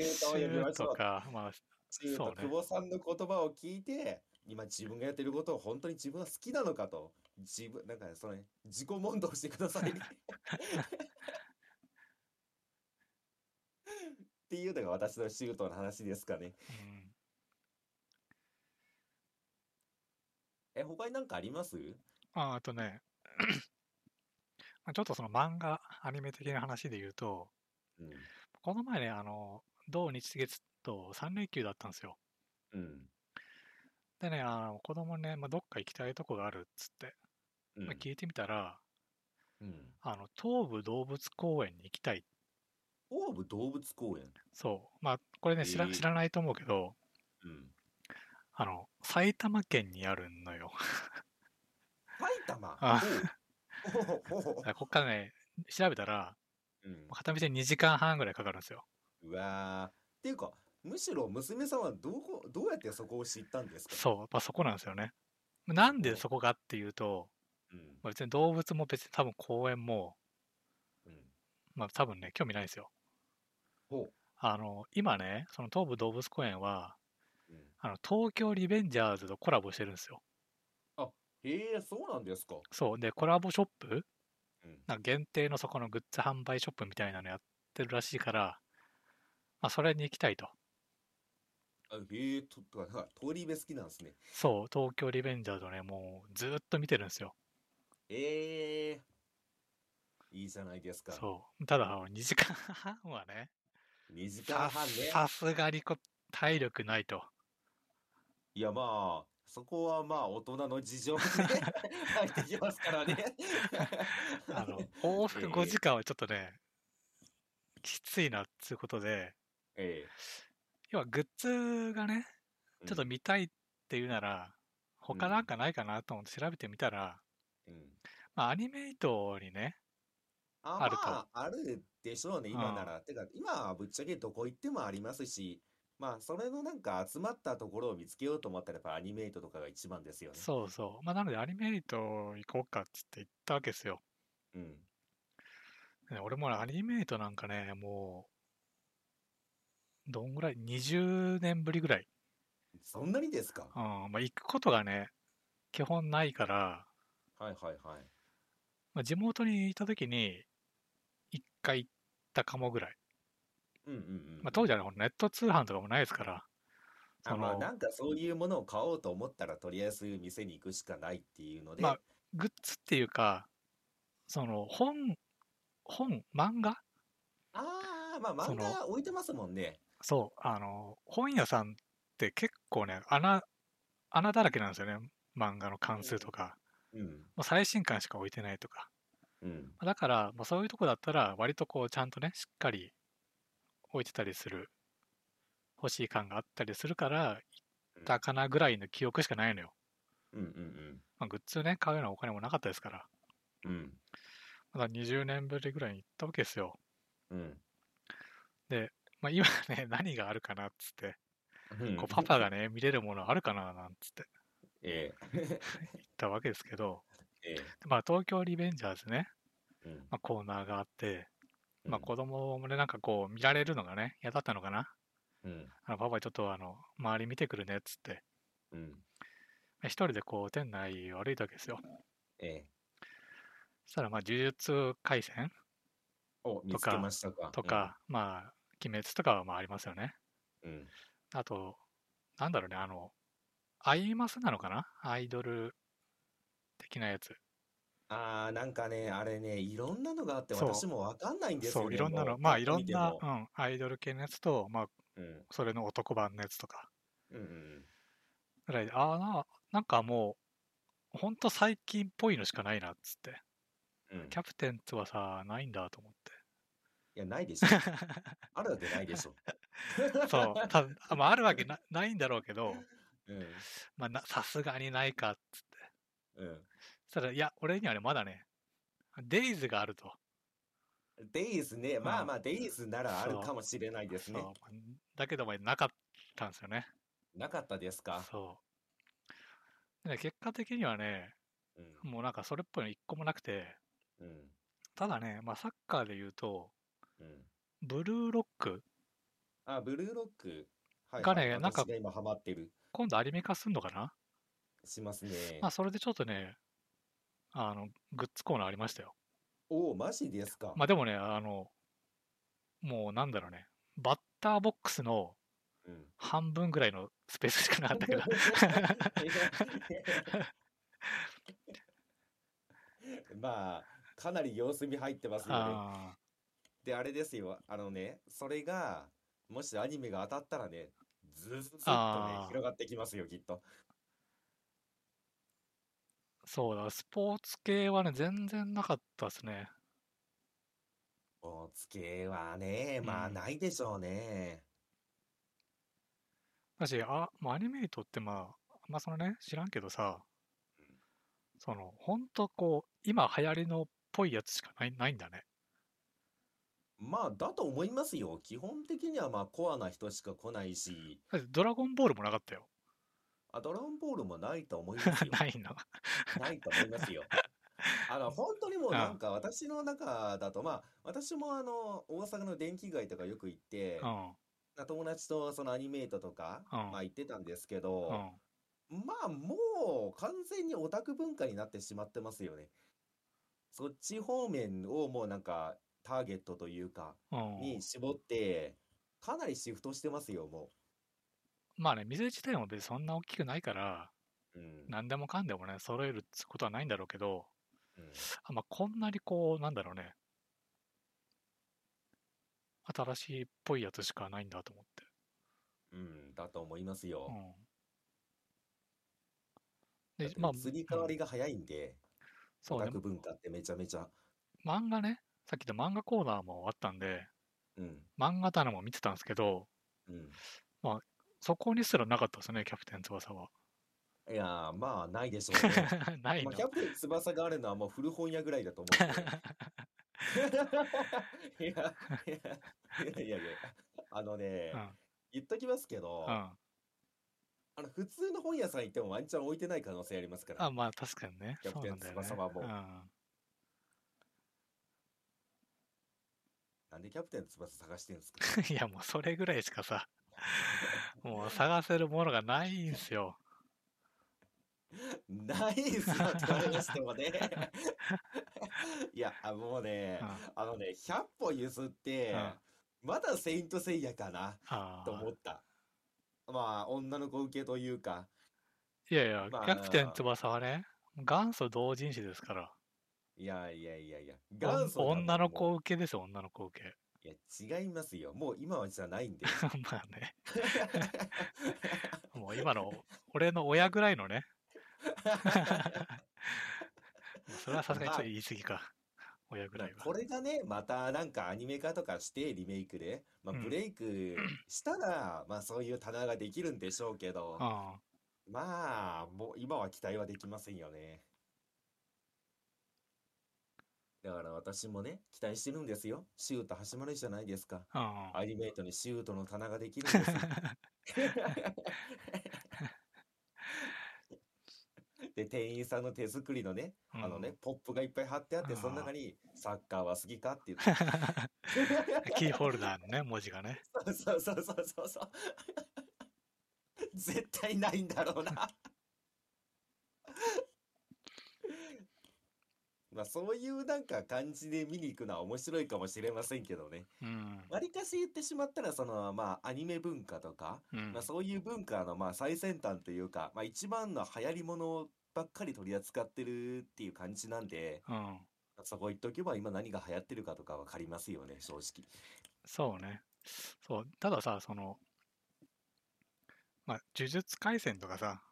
Speaker 2: シュートを読みましょう。
Speaker 1: か。まあ、
Speaker 2: シュート、
Speaker 1: そうね
Speaker 2: 久保さんの言葉を聞いて、今自分がやってることを本当に自分は好きなのかと、自分、なんかねそのね、自己問答してく ださいね。っていうのが私の仕事の話ですかね。
Speaker 1: うん
Speaker 2: え、他になんかあります
Speaker 1: ああとね、 まあちょっとその漫画、アニメ的な話で言うと、
Speaker 2: うん。
Speaker 1: この前ね、あの、土日月と3連休だったんですよ。
Speaker 2: うん。
Speaker 1: でね、あの子供ね、まあ、どっか行きたいとこがあるっつって、
Speaker 2: うん
Speaker 1: まあ聞いてみたら、
Speaker 2: うん。
Speaker 1: あの、東武動物公園に行きたい。
Speaker 2: オーブ動物公園。
Speaker 1: そう。まあ、これね、知ら
Speaker 2: えー
Speaker 1: 知らないと思うけど、
Speaker 2: うん。
Speaker 1: あの、埼玉県にあるのよ。
Speaker 2: 埼玉。
Speaker 1: あ
Speaker 2: おうおうおうお
Speaker 1: だ
Speaker 2: う
Speaker 1: からこっからね、調べたら、
Speaker 2: うん
Speaker 1: 片道で2時間半ぐらいかかるんですよ。
Speaker 2: うわー。っていうか、むしろ娘さんはどこ、どうやってそこを知ったんですか
Speaker 1: そう、まあ、そこなんですよね。なんでそこかっていうと、
Speaker 2: うん。
Speaker 1: まあ別に動物も別に多分公園も、
Speaker 2: うん。
Speaker 1: まあ、多分ね、興味ないんですよ。
Speaker 2: ほう。
Speaker 1: あの、今ね、その東武動物公園は、
Speaker 2: うん
Speaker 1: あの、東京リベンジャーズとコラボしてるんですよ。
Speaker 2: へえ、そうなんですか。
Speaker 1: そう。で、コラボショップ
Speaker 2: うん。
Speaker 1: なんか限定のそこのグッズ販売ショップみたいなのやってるらしいから、まあ、それに行きたいと。
Speaker 2: あへえ、と、とか、なんか通り部好きなんですね。
Speaker 1: そう、東京リベンジャーズをね、もうずーっと見てるんですよ。
Speaker 2: ええ。いいじゃないですか。
Speaker 1: そう。ただ、あの2時間半はね、
Speaker 2: 2時
Speaker 1: さ
Speaker 2: 間半ね。
Speaker 1: さすがにこ体力ないと。
Speaker 2: いや、まあ、そこはまあ、大人の 事情で入ってきますからね。
Speaker 1: あ の、往復
Speaker 2: ええ
Speaker 1: 5時間はちょっとね、きついなっつうことで、
Speaker 2: ええ。
Speaker 1: 要はグッズがね、ちょっと見たいっていうなら、他なんかないかなと思って調べてみたら、
Speaker 2: うん。
Speaker 1: まあ、アニメイトにね、
Speaker 2: あ、
Speaker 1: あると
Speaker 2: まあ、あるでしょうね、今な
Speaker 1: う
Speaker 2: ら。てか、今はぶっちゃけどこ行ってもありますし、まあ、それのなんか集まったところを見つけようと思ったら、やっぱアニメイトとかが一番ですよね。
Speaker 1: そうそう、まあ、なのでアニメイト行こうかっつって言ったわけですよ。
Speaker 2: うん。
Speaker 1: でね俺もアニメイトなんかね、もう、どんぐらい ?20 年ぶりぐらい。
Speaker 2: そんなにですか
Speaker 1: うん、まあ、行くことがね、基本ないから、
Speaker 2: はいはいはい。
Speaker 1: まあ、地元にいた時に、一回行ったかもぐらい。
Speaker 2: うんうんうんうん。
Speaker 1: まあ、当時はねネット通販とかもないですから、
Speaker 2: あ、
Speaker 1: そ
Speaker 2: まあ、
Speaker 1: の
Speaker 2: なんかそういうものを買おうと思ったら、とりあえず店に行くしかないっていうので、
Speaker 1: まあグッズっていうか、その本、本、漫画
Speaker 2: ああ、まあ、
Speaker 1: そ
Speaker 2: 漫
Speaker 1: の
Speaker 2: 画置いてますもんね。
Speaker 1: そう、あの、本屋さんって結構ね、穴、穴だらけなんですよね。漫画の関数とか、
Speaker 2: うん。
Speaker 1: もう最新刊しか置いてないとか。
Speaker 2: うん。
Speaker 1: だから、まあ、そういうとこだったら、割とこう、ちゃんとね、しっかり置いてたりする、欲しい感があったりするから、行ったかなぐらいの記憶しかないのよ。
Speaker 2: うんうん
Speaker 1: まあ、グッズね、買うようなお金もなかったですから。
Speaker 2: うん。うん。
Speaker 1: まだ20年ぶりぐらいに行ったわけですよ。
Speaker 2: うん。
Speaker 1: まあ、今ね、何があるかなっつって。
Speaker 2: うん
Speaker 1: こうパパがね見れるものあるかななんつって
Speaker 2: え
Speaker 1: 言ったわけですけど、
Speaker 2: え。え
Speaker 1: まあ、東京リベンジャーズね、
Speaker 2: え。うん
Speaker 1: まあ、コーナーがあって、まあ、
Speaker 2: うん
Speaker 1: 子供もねなんかこう見られるのがね嫌だったのかな
Speaker 2: うん。
Speaker 1: あのパパちょっとあの周り見てくるねっつって
Speaker 2: うん。
Speaker 1: まあ一人でこう店内を歩いたわけですよ
Speaker 2: ええ。
Speaker 1: そしたらまあ呪術廻戦
Speaker 2: お、見つけましたか。
Speaker 1: とか、まあ鬼滅とかはまあありますよね
Speaker 2: うん。うん。
Speaker 1: あとなんだろうねあのアイマスなのかなアイドル的なやつ
Speaker 2: ああ、なんかね、あれね、いろんなのがあって、
Speaker 1: そう
Speaker 2: 私もわかんないんです
Speaker 1: そ
Speaker 2: よ
Speaker 1: う
Speaker 2: ね。
Speaker 1: いろんな
Speaker 2: も
Speaker 1: の
Speaker 2: う
Speaker 1: まあ
Speaker 2: パッ
Speaker 1: い
Speaker 2: と
Speaker 1: ろん
Speaker 2: 見て
Speaker 1: な、
Speaker 2: も
Speaker 1: うん、アイドル系のやつとまあ
Speaker 2: うん。
Speaker 1: それの男版のやつとか
Speaker 2: うんうん
Speaker 1: ぐらいで、ああな、なんかもう、ほんと最近っぽいのしかないなっつって、
Speaker 2: うん。うん。い
Speaker 1: キャプテン翼ないんだと思っ
Speaker 2: や、な いでしょ。あるわけないでしょ。
Speaker 1: て。そう、た あまあ、あるわけなないんだろうけど、
Speaker 2: うん。
Speaker 1: まあな、さすがにないかっつって。
Speaker 2: うん。
Speaker 1: そしたら、いや、俺にはね、まだね、デイズがあると。
Speaker 2: デイズね、ま
Speaker 1: う
Speaker 2: あ
Speaker 1: ん
Speaker 2: まあ、デイズならあるかもしれないです
Speaker 1: そう
Speaker 2: ね。
Speaker 1: だけど、まあなかったんですよね。
Speaker 2: なかったですか。
Speaker 1: そう。でね、結果的にはね、
Speaker 2: うん。
Speaker 1: もうなんかそれっぽいの一個もなくて、
Speaker 2: うん。
Speaker 1: ただね、まあ、サッカーで言うと、
Speaker 2: うん。
Speaker 1: ブルーロック、
Speaker 2: あ、ブルーロック。はい
Speaker 1: が
Speaker 2: はい
Speaker 1: ねなんか
Speaker 2: 私が今ハマってる。
Speaker 1: 今度アニメ化すんのかな
Speaker 2: しますね。
Speaker 1: まあ、それでちょっとね、あの、グッズコーナーありましたよ。
Speaker 2: おお、マジですか。
Speaker 1: まあ、でもね、あの、もうなんだろうね、バッターボックスの
Speaker 2: うん。、
Speaker 1: 半分ぐらいのスペースしかなかったけど
Speaker 2: まあ、かなり様子見入ってますよね。
Speaker 1: あ
Speaker 2: で、あれですよ。あのね、それが、もしアニメが当たったらね、ずずずっとね、
Speaker 1: あー
Speaker 2: 広がってきますよ、きっと。
Speaker 1: ーそうだ、スポーツ系はね、全然なかったですね。
Speaker 2: おつけはね、まあ、
Speaker 1: うん
Speaker 2: ないでしょうね。
Speaker 1: だし、あ、まあ、アニメイトってまあ、まあそのね、知らんけどさ
Speaker 2: うん、
Speaker 1: その、ほんとこう、今流行りのっぽいやつしかないないんだね。
Speaker 2: まあ、だと思いますよ。基本的には、まあ、コアな人しか来ないし、
Speaker 1: だってドラゴンボールもなかったよ。
Speaker 2: あ、ドラゴンボールもないと思いますよ。
Speaker 1: ないな。
Speaker 2: ないと思いますよ。 あの、本当にもうなんか私の中だと、まあ、私もあの、大阪の電気街とかよく行って
Speaker 1: う、ん、
Speaker 2: 友達とそのアニメートとか、
Speaker 1: うん
Speaker 2: まあ行ってたんですけ
Speaker 1: う
Speaker 2: ど、
Speaker 1: ん。
Speaker 2: まあもう完全にオタク文化になってしまってますよね。そっち方面をもうなんかターゲットというか、
Speaker 1: うん
Speaker 2: に、絞って、かなりシフトしてますよ、も
Speaker 1: まあね、店自体も別にそんな大きくないから、
Speaker 2: う。うん。
Speaker 1: 何でもかんでもね、揃えるってことはないんだろうけど、
Speaker 2: うん
Speaker 1: あまあ、こんなにこう、なんだろうね、新しいっぽいやつしかないんだと思って。
Speaker 2: うん、だと思いますよ。
Speaker 1: うん。
Speaker 2: だっ
Speaker 1: で、
Speaker 2: て
Speaker 1: まあ、
Speaker 2: 移り変わりが早いんで、
Speaker 1: そう
Speaker 2: オ
Speaker 1: ね
Speaker 2: タ、ク文化ってめちゃめちゃ。
Speaker 1: 漫画ね、さっき言った漫画コーナーもあったんで、
Speaker 2: うん、
Speaker 1: 漫画棚も見てたんですけど、
Speaker 2: うん。
Speaker 1: そこにすらなかったですね、キャプテン翼は。
Speaker 2: いやー、まあ、ないでしょうね。
Speaker 1: ない
Speaker 2: ま
Speaker 1: の
Speaker 2: あ、キ。ャプテン翼があるのはもう古本屋ぐらいだと思うんで。いや、いや、いやいや、あのね、
Speaker 1: うん
Speaker 2: 言っときますけど、
Speaker 1: うん、
Speaker 2: あ
Speaker 1: あ
Speaker 2: の、普通の本屋さん行ってもワンチャン置いてない可能性ありますから。
Speaker 1: まあ確かにね
Speaker 2: キャプ
Speaker 1: そう
Speaker 2: テ
Speaker 1: なん
Speaker 2: ン
Speaker 1: だよね
Speaker 2: 翼はもう
Speaker 1: うん
Speaker 2: なんでキャプテン翼探してんすか
Speaker 1: いやもうそれぐらいしかさもう探せるものがないんすよ
Speaker 2: ないっすよって言われましてもね。いや、あもうね、
Speaker 1: うん
Speaker 2: あのね、100歩譲って、まだセイントセイヤかな。
Speaker 1: あ
Speaker 2: と思
Speaker 1: ー
Speaker 2: った。まあ、女の子受けというか、
Speaker 1: いやいや、
Speaker 2: まあ
Speaker 1: キャプテン翼はね元祖同人誌ですから
Speaker 2: いやいやいやいや、
Speaker 1: おん
Speaker 2: 元祖だもん
Speaker 1: 女の
Speaker 2: も
Speaker 1: 子受けですよ女の子受け
Speaker 2: ういや、違いますよ。もう今はじゃないんで。
Speaker 1: まあねもう今の俺の親ぐらいのね それはさすがにちょっと言い過ぎか親ぐらいは
Speaker 2: これがね、またなんかアニメ化とかしてリメイクで、まあ、
Speaker 1: うん
Speaker 2: ブレイクしたら、まあそういう棚ができるんでしょうけど、
Speaker 1: うん
Speaker 2: まあ、もう今は期待はできませんよね。だから私もね、期待してるんですよ。シュート始まるじゃないですか。
Speaker 1: うん
Speaker 2: アニメートにシュートの棚ができるんです よ。で、店員さんの手作りのね、あのね、ポップがいっぱい貼ってあって、
Speaker 1: あー
Speaker 2: その中に、サッカーは好きかっていう。そ
Speaker 1: キーホルダーのね文字がね
Speaker 2: う そうそうそうそうそう。絶対ないんだろうな。 まあ、そういうなんか感じで見に行くのは面白いかもしれませんけどね。
Speaker 1: うん、
Speaker 2: わりかし言ってしまったら、その、まあ、アニメ文化とか、
Speaker 1: うん
Speaker 2: まあ、そういう文化のまあ最先端というか、まあ、一番の流行りものばっかり取り扱ってるっていう感じなんで、
Speaker 1: うん、
Speaker 2: そこ行っとけば今何が流行ってるかとかわかりますよね、正直。
Speaker 1: そうね。そう、たださ、その、まあ、呪術廻戦とかさ、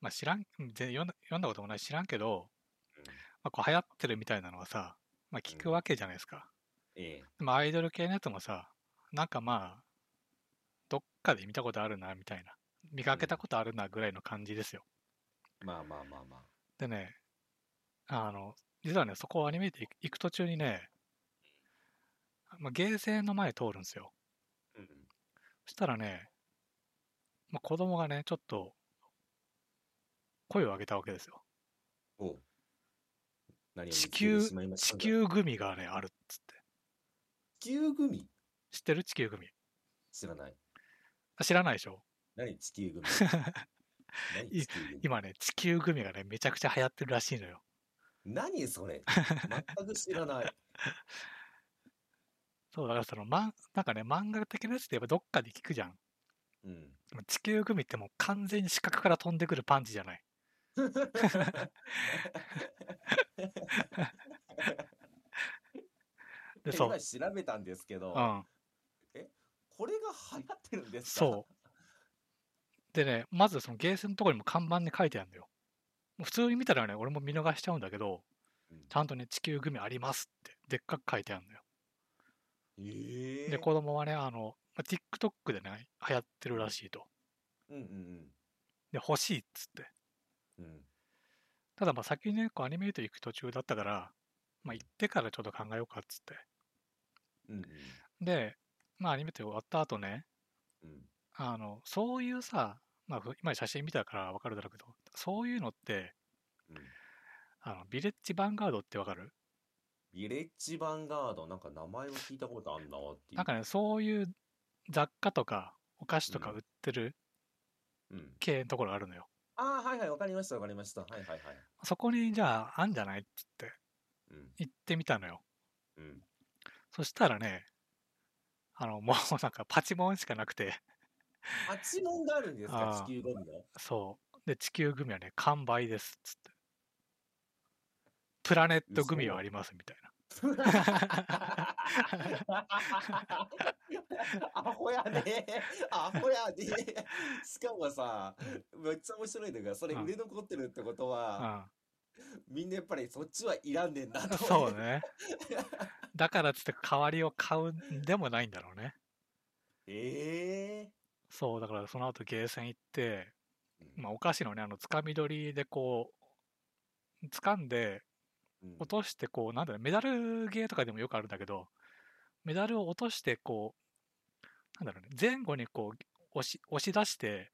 Speaker 1: まあ、知らん、全読んだ読んだこともないし知らんけど、
Speaker 2: うん
Speaker 1: まあ、こう流行ってるみたいなのはさ、まあ、聞くわけじゃないですか。
Speaker 2: ええ。
Speaker 1: でもアイドル系のやつもさ、なんかまあ、どっかで見たことあるな、みたいな。見かけたことあるな、ぐらいの感じですよ。
Speaker 2: まあまあまあまあ。
Speaker 1: でね、あの、実はね、そこをアニメで行く行く途中にね、まあ、ゲーセンの前通るんですよ。
Speaker 2: うん。
Speaker 1: そしたらね、まあ、子供がね、ちょっと声を上げたわけですよ。
Speaker 2: おう何を見つ
Speaker 1: 地
Speaker 2: けて
Speaker 1: 球
Speaker 2: しまいま、した
Speaker 1: 地
Speaker 2: か
Speaker 1: 球グミがね、あるっつって。
Speaker 2: 地球グミ
Speaker 1: 知ってる地球グミ。
Speaker 2: 知らない。
Speaker 1: あ知らないでしょ
Speaker 2: 何地球グミ何
Speaker 1: い
Speaker 2: 地球グミ
Speaker 1: 今ね、地球グミがね、めちゃくちゃ流行ってるらしいのよ。
Speaker 2: 何それ全く知 らない。
Speaker 1: そう、だからその、まん、なんかね、漫画的なやつってやっぱどっかで聞くじゃん。
Speaker 2: うん。
Speaker 1: でも地球グミってもう完全に四角から飛んでくるパンチじゃない。で、そう
Speaker 2: 今。調べたんですけど、
Speaker 1: うん。
Speaker 2: これが流行ってるんですか
Speaker 1: そう。でね、まずそのゲーセンのところにも看板に書いてあるんだよ。もう普通に見たらね、俺も見逃しちゃうんだけど、
Speaker 2: うん
Speaker 1: ちゃんとね、地球グミありますって、でっかく書いてあるんだよ。
Speaker 2: ええ
Speaker 1: で、子供はね、あの、まあ TikTok でね、流行ってるらしいと。
Speaker 2: うんうん
Speaker 1: で、欲しいっつって。
Speaker 2: うん。うん。
Speaker 1: ただまあ先にね、こうアニメイト行く途中だったから、まあ行ってからちょっと考えようかっつって。
Speaker 2: うん
Speaker 1: で、まあアニメイト終わった後ね、
Speaker 2: うん。うん。
Speaker 1: あの、そういうさ、まあふ今写真見たからわかるだろうけど、そういうのって、
Speaker 2: うん
Speaker 1: あの、ビレッジヴァンガードってわかる
Speaker 2: ビレッジヴァンガード、なんか名前を聞いたことあんなっていう。
Speaker 1: なんかね、そういう雑貨とかお菓子とか
Speaker 2: うん
Speaker 1: 売ってる
Speaker 2: うん。
Speaker 1: 系のところあるのよ。
Speaker 2: ああ、はいはい、わかりました、わかりました。はいはいはい。
Speaker 1: そこにじゃあ、あんじゃないっつって
Speaker 2: うん。
Speaker 1: 行ってみたのよ。
Speaker 2: うん。
Speaker 1: そしたらね、あの、もうなんかパチモンしかなくて、
Speaker 2: あ、地文があるんですか
Speaker 1: あー
Speaker 2: 地球ゴミの。
Speaker 1: そう。で、地球グミはね、完売です、つって。プラネットグミはあります、みたいな。
Speaker 2: アホやねアホやねしかもさめっちゃ面白いのがそれ
Speaker 1: うん
Speaker 2: 売れ残ってるってことはみんなやっぱりそっちはいらんねんな
Speaker 1: うん、
Speaker 2: と
Speaker 1: そうね。だからっつって代わりを買うんでもないんだろうね。
Speaker 2: え
Speaker 1: そう、だからその後ゲーセン行って、
Speaker 2: えー
Speaker 1: まあ、お菓子のね、あの、つかみ取りでこう、掴んで、
Speaker 2: うん
Speaker 1: 落として、こう、なんだろう、メダルゲーとかでもよくあるんだけど、メダルを落として、こう、なんだろうね、前後にこう、押し、押し出して、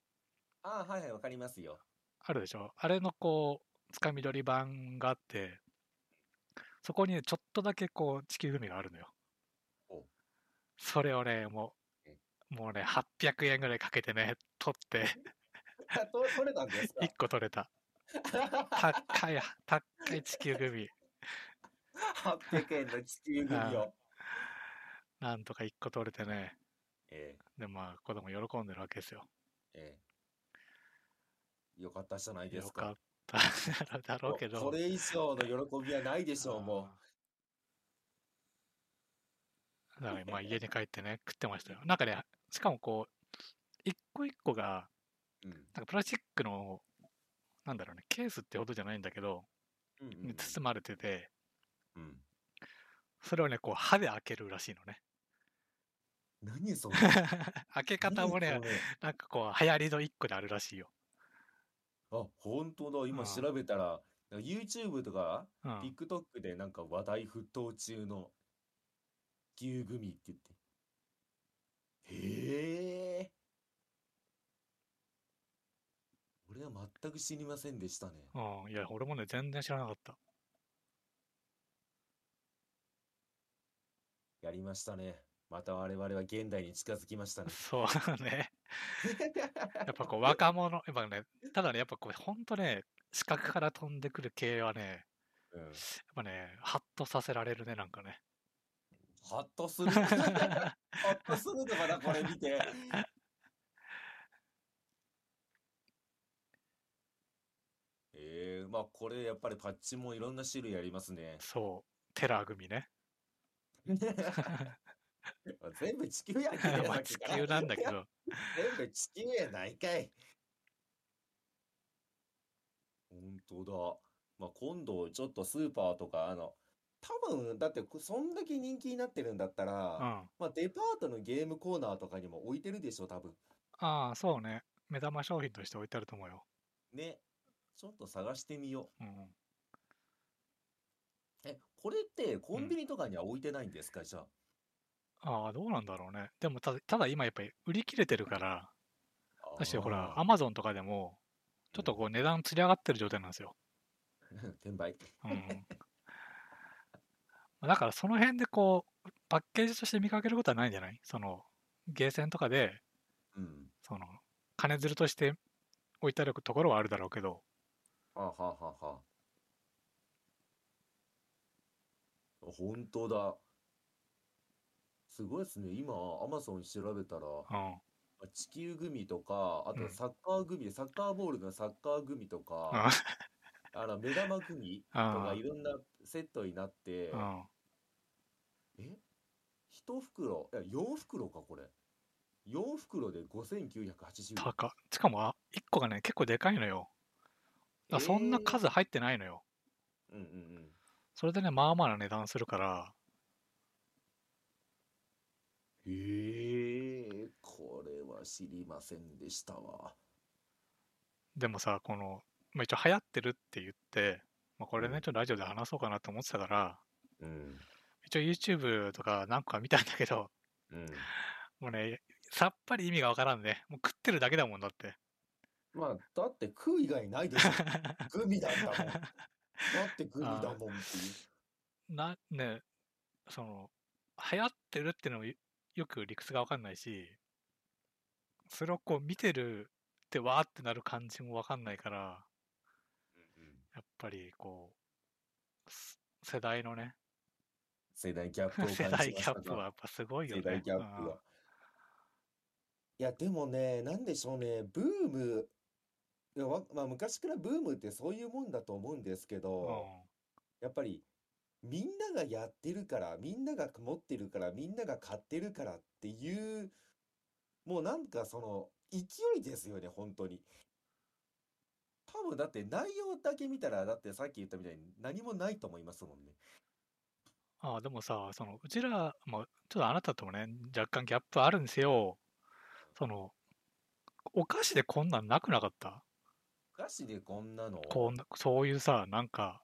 Speaker 2: あーはいはいわかりますよ
Speaker 1: あるでしょあれのこう、つかみ取り版があって、そこにね、ちょっとだけこう、地球グミがあるのよ
Speaker 2: お。
Speaker 1: それをね、も
Speaker 2: え
Speaker 1: う、もうね、800円ぐらいかけてね、取って、
Speaker 2: あと 取れたんです
Speaker 1: 1個取れた。
Speaker 2: か
Speaker 1: 高い、高い地球グミ。
Speaker 2: 800円の地球グミを
Speaker 1: なんとか1個取れてね。
Speaker 2: えー
Speaker 1: で、まあ、子供喜んでるわけですよ。
Speaker 2: えーよかったじゃないで
Speaker 1: よ
Speaker 2: す
Speaker 1: か
Speaker 2: か
Speaker 1: った だろうけど。
Speaker 2: これ以上の喜びはないでしょうもう
Speaker 1: あーだから、まあ、家に帰ってね、食ってましたよ。なんかね、しかもこう、一個一個が、
Speaker 2: うん
Speaker 1: なんかプラスチックの、なんだろうね、ケースってほどじゃないんだけど、
Speaker 2: うんうん
Speaker 1: に包まれてて、
Speaker 2: うん
Speaker 1: それをね、こう、歯で開けるらしいのね。
Speaker 2: 何 それ
Speaker 1: 開け方もね
Speaker 2: 何、それ
Speaker 1: なんかこう、流行りの一個であるらしいよ。
Speaker 2: あ、本当だ。今
Speaker 1: うん
Speaker 2: 調べたら、なんか YouTube とか
Speaker 1: うん
Speaker 2: TikTok でなんか話題沸騰中の牛グミって言って。へえ。俺は全く知りませんでしたね。
Speaker 1: うん、いや、俺もね、全然知らなかった。
Speaker 2: やりましたね。また我々は現代に近づきましたね。
Speaker 1: そうね。やっぱこう、若者、やっぱね、ただね、やっぱこう、ほんとね、視覚から飛んでくる系はね、
Speaker 2: うん。
Speaker 1: やっぱね、ハッとさせられるね、なんかね。
Speaker 2: ハッと する。ハッとするのかな、これ見て。えー、まあこれやっぱりパッチもいろんな種類あります ね。
Speaker 1: そう、テラー組ね。
Speaker 2: 全部地球やんけ
Speaker 1: ま
Speaker 2: さ
Speaker 1: あ
Speaker 2: っき
Speaker 1: 地
Speaker 2: から
Speaker 1: 球なんだ けど、
Speaker 2: 全部地球やないかい。本当だ。まあ今度ちょっとスーパーとか、あの、多分だってこそんだけ人気になってるんだったら
Speaker 1: う、ん。あ
Speaker 2: まあ、デパートのゲームコーナーとかにも置いてるでしょ、多分。
Speaker 1: あ、そうね。目玉商品として置いてあると思うよ。
Speaker 2: ね。ちょっと探してみよ
Speaker 1: うん。
Speaker 2: う。え、これってコンビニとかには置いてないんですか、じゃあ。
Speaker 1: ああ、どうなんだろうね。でもただ、ただ今やっぱり売り切れてるから、だしほら、
Speaker 2: あ
Speaker 1: アマゾンとかでも、ちょっとこう値段つり上がってる状態なんですよ。
Speaker 2: ー転売。
Speaker 1: うん。だからその辺でこう、パッケージとして見かけることはないんじゃないその、ゲーセンとかで、
Speaker 2: うん。
Speaker 1: その、金づるとして置いてあるところはあるだろうけど、
Speaker 2: はあはあはあはあ。本当だ。すごいですね。今、アマゾン調べたら、
Speaker 1: うん、
Speaker 2: 地球グミとか、あ
Speaker 1: う
Speaker 2: と
Speaker 1: ん
Speaker 2: サッカーグミ、サッカーボールのサッカーグミと
Speaker 1: あ
Speaker 2: か、あの目玉グミとか
Speaker 1: あ
Speaker 2: いろんなセットになって、
Speaker 1: あ、
Speaker 2: え一袋、いや、4袋か、これ。4袋で5980円。
Speaker 1: 高っしかも、あ、1個がね、結構でかいのよ。だからそんな
Speaker 2: えー
Speaker 1: 数入ってないのよ。
Speaker 2: うんうんうん。
Speaker 1: それでね、まあまあな値段するから、
Speaker 2: へえ、これは知りませんでしたわ。
Speaker 1: でもさ、この、まあ、一応流行ってるって言って、まあ、これ
Speaker 2: う
Speaker 1: ね、
Speaker 2: ん
Speaker 1: ちょっとラジオで話そうかなと思ってたから、
Speaker 2: うん、
Speaker 1: 一応 YouTube とか何個か見たんだけど、
Speaker 2: うん。
Speaker 1: もうね、さっぱり意味がわからんね。もう食ってるだけだもんだって。
Speaker 2: まあ、だって食う以外ない でしょ。グミなんだもん。だってグミだもんっていう。
Speaker 1: な、ね、その、流行ってるってのもよよく理屈がわかんないし、それをこう見てるってわーってなる感じもわかんないから、やっぱりこう、す世代のね、
Speaker 2: 世代ギャップを
Speaker 1: 世
Speaker 2: 感
Speaker 1: 代
Speaker 2: じ
Speaker 1: ギ
Speaker 2: ました
Speaker 1: ャ
Speaker 2: が
Speaker 1: ップはやっぱすごいよね。
Speaker 2: 世代ギャップは。いや、でもね、なんでしょうね、ブーム、いやわまあ、昔からブームってそういうもんだと思うんですけ
Speaker 1: うんう
Speaker 2: ど、
Speaker 1: ん
Speaker 2: やっぱり、みんながやってるから、みんなが持ってるから、みんなが買ってるからっていう、もうなんかその、勢いですよね、本当に。多分だって内容だけ見たら、だってさっき言ったみたいに何もないと思いますもんね。
Speaker 1: ああ、でもさ、その、うちら、まあ、ちょっとあなたともね、若干ギャップあるんですよ。その、お菓子でこんなんなくなかった
Speaker 2: お菓子でこんなの、
Speaker 1: こんな、そういうさ、なんか、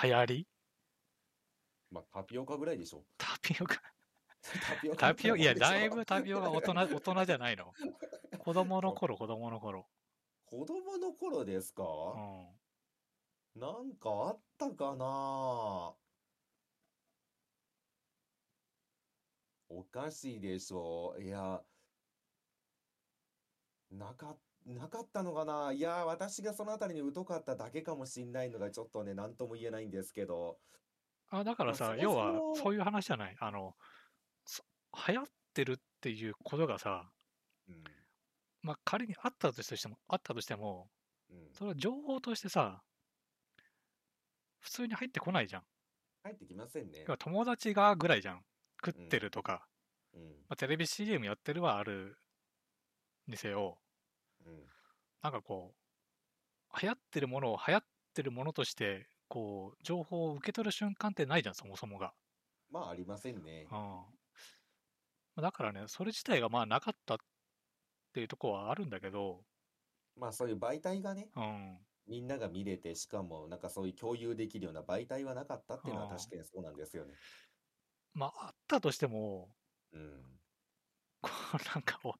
Speaker 1: 流行り
Speaker 2: まあ、タピオカぐらいでしょ。
Speaker 1: タピオカ、
Speaker 2: タピオカ
Speaker 1: タ
Speaker 2: ぐ
Speaker 1: ピオ
Speaker 2: ら
Speaker 1: カ、いや、
Speaker 2: でしょ
Speaker 1: だいぶタピオカ大人、大人じゃないの。子供の頃、子供の頃。
Speaker 2: 子供の頃ですか
Speaker 1: うん。
Speaker 2: なんかあったかなおかしいでしょういや、なか、なかったのかないや、私がそのあたりに疎かっただけかもしんないのがちょっとね、なんとも言えないんですけど。
Speaker 1: あ、だから
Speaker 2: まあそ
Speaker 1: さ、
Speaker 2: も
Speaker 1: 要
Speaker 2: そ
Speaker 1: は、
Speaker 2: も
Speaker 1: そういう話じゃない。あの、そ流行ってるっていうことがさ、
Speaker 2: うん、
Speaker 1: まあ、仮にあったとしても、あったとしても、
Speaker 2: うん。
Speaker 1: それは情報としてさ、普通に入ってこないじゃん。
Speaker 2: 入ってきませんね
Speaker 1: 要。は友達がぐらいじゃん。食ってるとか、
Speaker 2: うん、
Speaker 1: まあ、テレビ CM やってるはあるにせよ、
Speaker 2: うん。
Speaker 1: なんかこう、流行ってるものを流行ってるものとして、こう、情報を受け取る瞬間ってないじゃん、そもそもが。
Speaker 2: まあ、ありませんね
Speaker 1: うん。。まあだからね、それ自体がまあなかったっていうとこはあるんだけど、
Speaker 2: まあ、そういう媒体がね、
Speaker 1: うん。
Speaker 2: みんなが見れて、しかも、なんかそういう共有できるような媒体はなかったっていうのは確かにそうなんですよね。
Speaker 1: まあ、あったとしても、
Speaker 2: うん。
Speaker 1: こう なんかお、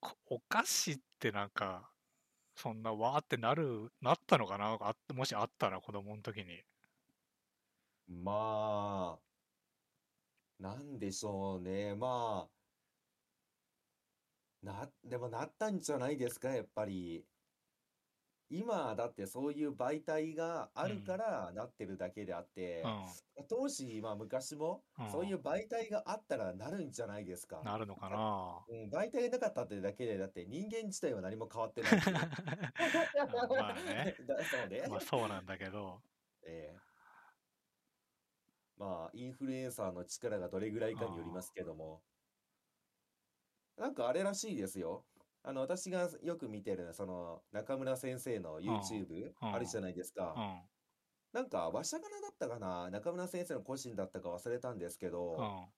Speaker 1: こお菓子ってなんか、そんなわーってなる、なったのかなあもしあったら子供の時に。
Speaker 2: まあ、なんでしょうね。まあ、な、でもなったんじゃないですか、やっぱり。今、だってそういう媒体があるからなってるだけであっ
Speaker 1: う
Speaker 2: て、
Speaker 1: ん。
Speaker 2: 当時、まあ昔も、そういう媒体があったらなるんじゃないですか。
Speaker 1: なるのかな
Speaker 2: うん、媒体がなかったってだけで、だって人間自体は何も変わってない っていう
Speaker 1: まあね
Speaker 2: だそうね。
Speaker 1: まあそうなんだけど、
Speaker 2: ええまあ、インフルエンサーの力がどれぐらいかによりますけども、なんかあれらしいですよ。あの、私がよく見てる、その、中村先生の YouTube
Speaker 1: うん
Speaker 2: あるじゃないです
Speaker 1: う
Speaker 2: か。
Speaker 1: ん。
Speaker 2: なんか、わしゃがなだったかな、中村先生の個人だったか忘れたんですけ
Speaker 1: う
Speaker 2: ど、
Speaker 1: ん。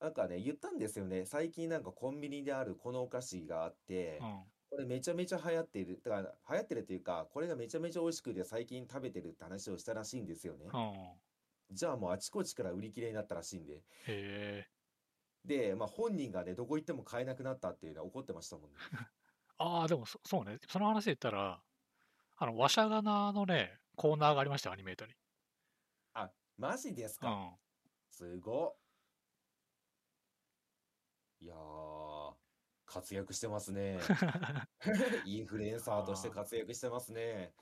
Speaker 2: なんかね、言ったんですよね。最近なんかコンビニであるこのお菓子があって
Speaker 1: う、ん。
Speaker 2: これめちゃめちゃ流行ってる。だから、流行ってるというか、これがめちゃめちゃ美味しくて最近食べてるって話をしたらしいんですよね。
Speaker 1: うん。
Speaker 2: じゃあもうあちこちから売り切れになったらしいんで。
Speaker 1: へえ。
Speaker 2: で、まあ本人がね、どこ行っても買えなくなったっていうのは怒ってましたもんね。
Speaker 1: ああ、でもそ、そうね。その話で言ったら、あの、わしゃがなのね、コーナーがありましたよ、アニメータに。
Speaker 2: あ、マジです
Speaker 1: う
Speaker 2: か。
Speaker 1: ん。
Speaker 2: すごっ。いやー、活躍してますね。インフルエンサーとして
Speaker 1: あー
Speaker 2: 活躍してますね。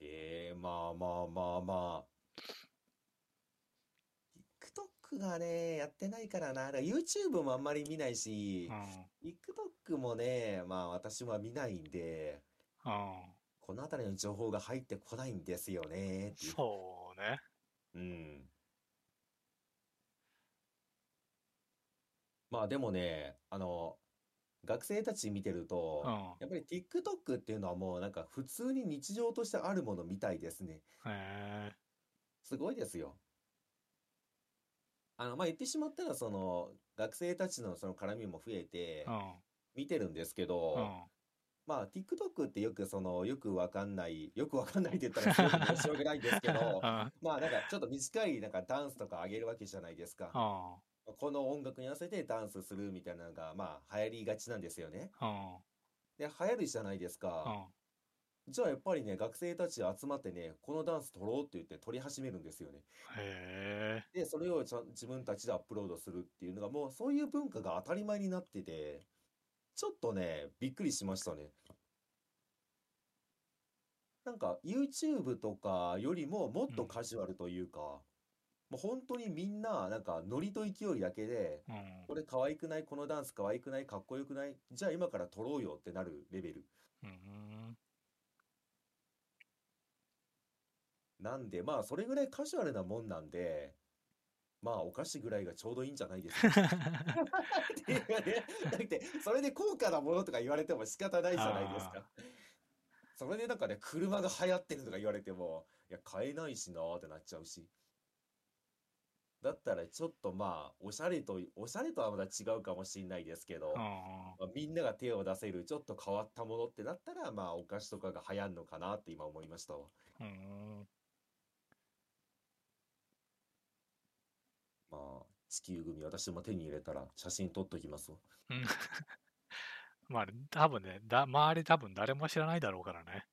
Speaker 2: へえ、まあまあまあまあ。TikTok がね、やってないからな。だから YouTube もあんまり見ないし
Speaker 1: う、ん
Speaker 2: TikTok もね、まあ私は見ないんで、
Speaker 1: うん
Speaker 2: このあたりの情報が入ってこないんですよね。っていう
Speaker 1: そうね
Speaker 2: うん。まあでもね、あの、学生たち見てる
Speaker 1: う
Speaker 2: と、
Speaker 1: ん
Speaker 2: やっぱり TikTok っていうのはもうなんか普通に日常としてあるものみたいですね。
Speaker 1: へえ
Speaker 2: すごいですよ。あの、まあ言ってしまったら、その、学生たちのその絡みも増えて
Speaker 1: うん
Speaker 2: 見てるんですけ
Speaker 1: う
Speaker 2: ど、
Speaker 1: ん
Speaker 2: まあ TikTok ってよくその、よくわかんない、よくわかんないって言ったらすごく申し訳ないんです けど、
Speaker 1: うん
Speaker 2: まあなんかちょっと短いなんかダンスとか上げるわけじゃないですか。
Speaker 1: うん
Speaker 2: この音楽に合わせてダンスするみたいなのが、まあ、流行りがちなんですよね。
Speaker 1: うん
Speaker 2: で、流行るじゃないです
Speaker 1: う
Speaker 2: か。
Speaker 1: ん
Speaker 2: じゃあ、やっぱりね、学生たち集まってね、このダンス撮ろうって言って撮り始めるんですよね。
Speaker 1: へえ
Speaker 2: で、それをちゃん自分たちでアップロードするっていうのが、もうそういう文化が当たり前になってて、ちょっとね、びっくりしましたね。なんか、YouTube とかよりももっと
Speaker 1: うん
Speaker 2: カジュアルというか、もう本当にみんな、なんか、ノリと勢いだけで、
Speaker 1: うん
Speaker 2: これ可愛くないこのダンス可愛くないかっこよくないじゃあ今から撮ろうよってなるレベル。
Speaker 1: うん
Speaker 2: なんで、まあ、それぐらいカジュアルなもんなんで、まあ、お菓子ぐらいがちょうどいいんじゃないですか。っていうねだって、それで高価なものとか言われても仕方ないじゃないですか。それでなんかね、車が流行ってるとか言われても、いや、買えないしなーってなっちゃうし。だったら、ちょっとまあ、おしゃれと、おしゃれとはまた違うかもしれないですけど、
Speaker 1: うん
Speaker 2: まあみんなが手を出せるちょっと変わったものってなったら、まあ、お菓子とかが流行るのかなって今思いましたわ。
Speaker 1: うん
Speaker 2: まあ、地球組私も手に入れたら写真撮っときますわ。
Speaker 1: うんまあ多分ねだ周り多分誰も知らないだろうから ね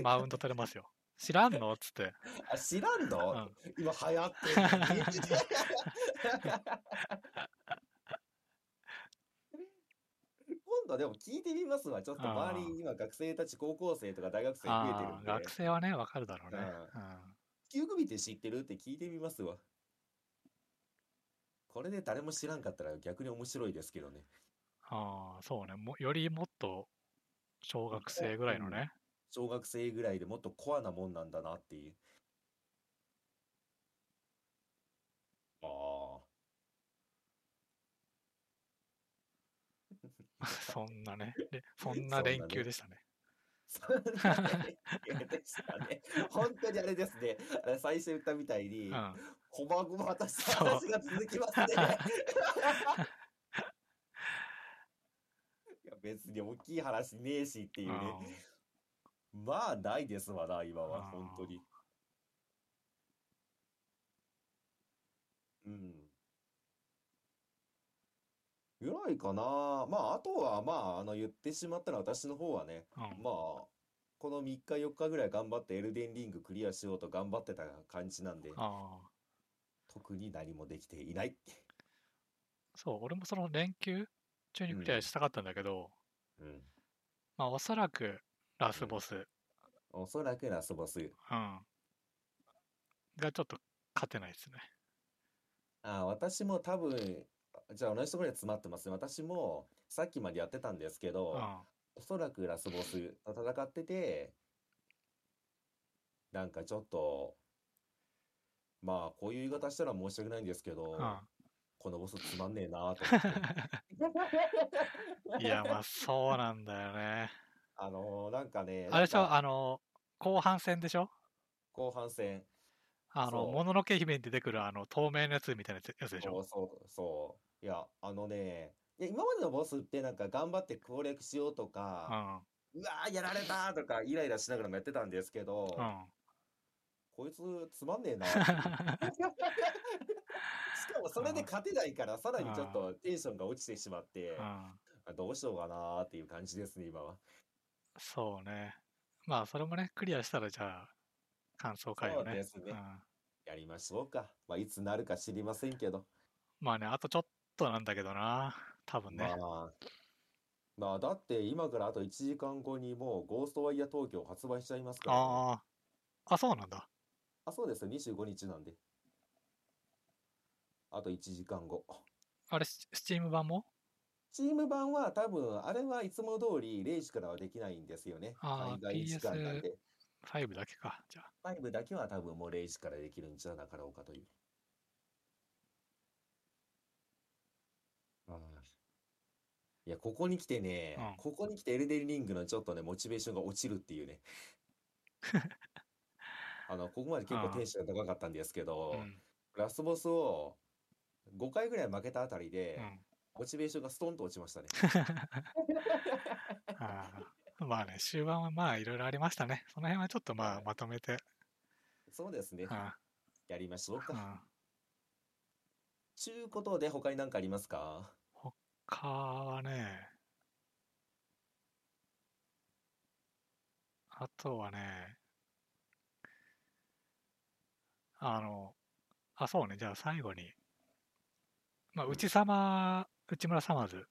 Speaker 1: マウント取れますよ知らんのっつって
Speaker 2: あ、知らん
Speaker 1: う
Speaker 2: の
Speaker 1: ん
Speaker 2: 今流行ってるのに 今度でも聞いてみますわ。ちょっと周
Speaker 1: あ
Speaker 2: り
Speaker 1: ー
Speaker 2: 今学生たち、高校生とか大学生増えてる
Speaker 1: あー
Speaker 2: んで、
Speaker 1: 学生はねわかるだろうね
Speaker 2: う地球組って知ってるって聞いてみますわ。これで誰も知らんかったら逆に面白いですけどね。
Speaker 1: うんああそうねもよりもっと小学生ぐらいのね
Speaker 2: 小学生ぐらいでもっとコアなもんなんだなっていう。ああ。
Speaker 1: そんなね、 でそ
Speaker 2: そん
Speaker 1: ん
Speaker 2: な
Speaker 1: な
Speaker 2: ね
Speaker 1: 連休でしたね。
Speaker 2: そんなねでしたね。本当にあれですね。あれ最初言ったみたいに、
Speaker 1: うん。
Speaker 2: こまごま私の
Speaker 1: そう
Speaker 2: 話が続きますね。いや別に大きい話ねえしっていうね。まあないですわな、今
Speaker 1: あ
Speaker 2: は、
Speaker 1: ー
Speaker 2: 本当に。うん。ぐらいかな。まあ、あとは、まあ、あの、言ってしまったら私の方はね、
Speaker 1: うん。うん
Speaker 2: まあ、この3日4日ぐらい頑張ってエルデンリングクリアしようと頑張ってた感じなんで、
Speaker 1: ああ。
Speaker 2: 特に何もできていない。
Speaker 1: そう、俺もその連休中にクリアしたかったんだけど、
Speaker 2: うん。
Speaker 1: まあおそらくラスボス、うん。
Speaker 2: おそらくラスボス。
Speaker 1: がちょっと勝てないですね。
Speaker 2: ああ、私も多分、じゃあ同じところで詰まってますね。私も、さっきまでやってたんですけ
Speaker 1: う
Speaker 2: ど、
Speaker 1: ん。
Speaker 2: おそらくラスボスと戦ってて、なんかちょっと、まあこういう言い方したら申し訳ないんですけど、
Speaker 1: う
Speaker 2: このボスつまんねえなと思 って。
Speaker 1: ん。いや、まあそうなんだよね。
Speaker 2: あのーなんかね、
Speaker 1: あれでし
Speaker 2: なん
Speaker 1: ょ、
Speaker 2: か
Speaker 1: あの、後半戦でしょ
Speaker 2: 後半戦、
Speaker 1: あの、
Speaker 2: そう
Speaker 1: もののけ姫に出てくるあの透明のやつみたいなやつやつでし
Speaker 2: そ
Speaker 1: ょ
Speaker 2: うそうそう、いや、あのね、いや今までのボスってなんか頑張って攻略しようと
Speaker 1: う
Speaker 2: か、
Speaker 1: ん。うん。
Speaker 2: うわーやられたとかイライラしながらもやってたんですけど、こいつつまんねえなって いう。しかもそれで勝てないから、さらにちょっとテンションが落ちてしまって
Speaker 1: う、ん。
Speaker 2: あどうしようかなーっていう感じですね、今は。
Speaker 1: そうね。まあ、それもね、クリアしたら、じゃあ、感想会を
Speaker 2: そうで
Speaker 1: ね。
Speaker 2: すね
Speaker 1: ん
Speaker 2: やりましょうか。まあ、いつなるか知りませんけど。
Speaker 1: まあね、あとちょっとなんだけどな。多分ね。
Speaker 2: まあ、まあ、だって今からあと1時間後にもうゴーストワイヤー東京発売しちゃいますからね、
Speaker 1: ああ。あ、そうなんだ。
Speaker 2: あ、そうです。25日なんで。あと1時間後。
Speaker 1: あれ、ススチーム版も
Speaker 2: チーム版は多分、あれはいつも通り0時からはできないんですよね。
Speaker 1: あー
Speaker 2: 海外時間なんで。
Speaker 1: ?5 だけか。じゃあ。
Speaker 2: 5だけは多分もう0時からできるんじゃなかろうかという。あーいや、ここに来てね、
Speaker 1: うん
Speaker 2: ここに来てエルデンリングのちょっとね、モチベーションが落ちるっ ていうね。あの、ここまで結構
Speaker 1: あー
Speaker 2: テンションが高かったんですけど
Speaker 1: う、ん。
Speaker 2: ラスボスを5回ぐらい負けたあたりで、
Speaker 1: うん。
Speaker 2: モチベーションがストンと落ち ましたね。
Speaker 1: ああ。まあね、終盤はまあいろいろありましたね。その辺はちょっとま
Speaker 2: は
Speaker 1: あ
Speaker 2: い
Speaker 1: まとめて。
Speaker 2: そうですね
Speaker 1: う。ん。
Speaker 2: やりましょう
Speaker 1: う
Speaker 2: か。
Speaker 1: ん。
Speaker 2: ちゅうことで、他に何かありますか
Speaker 1: 他はね、あとはね、あの、あ、そうね、じゃあ最後に、まあ、
Speaker 2: うん
Speaker 1: 内様、内村サマーズ、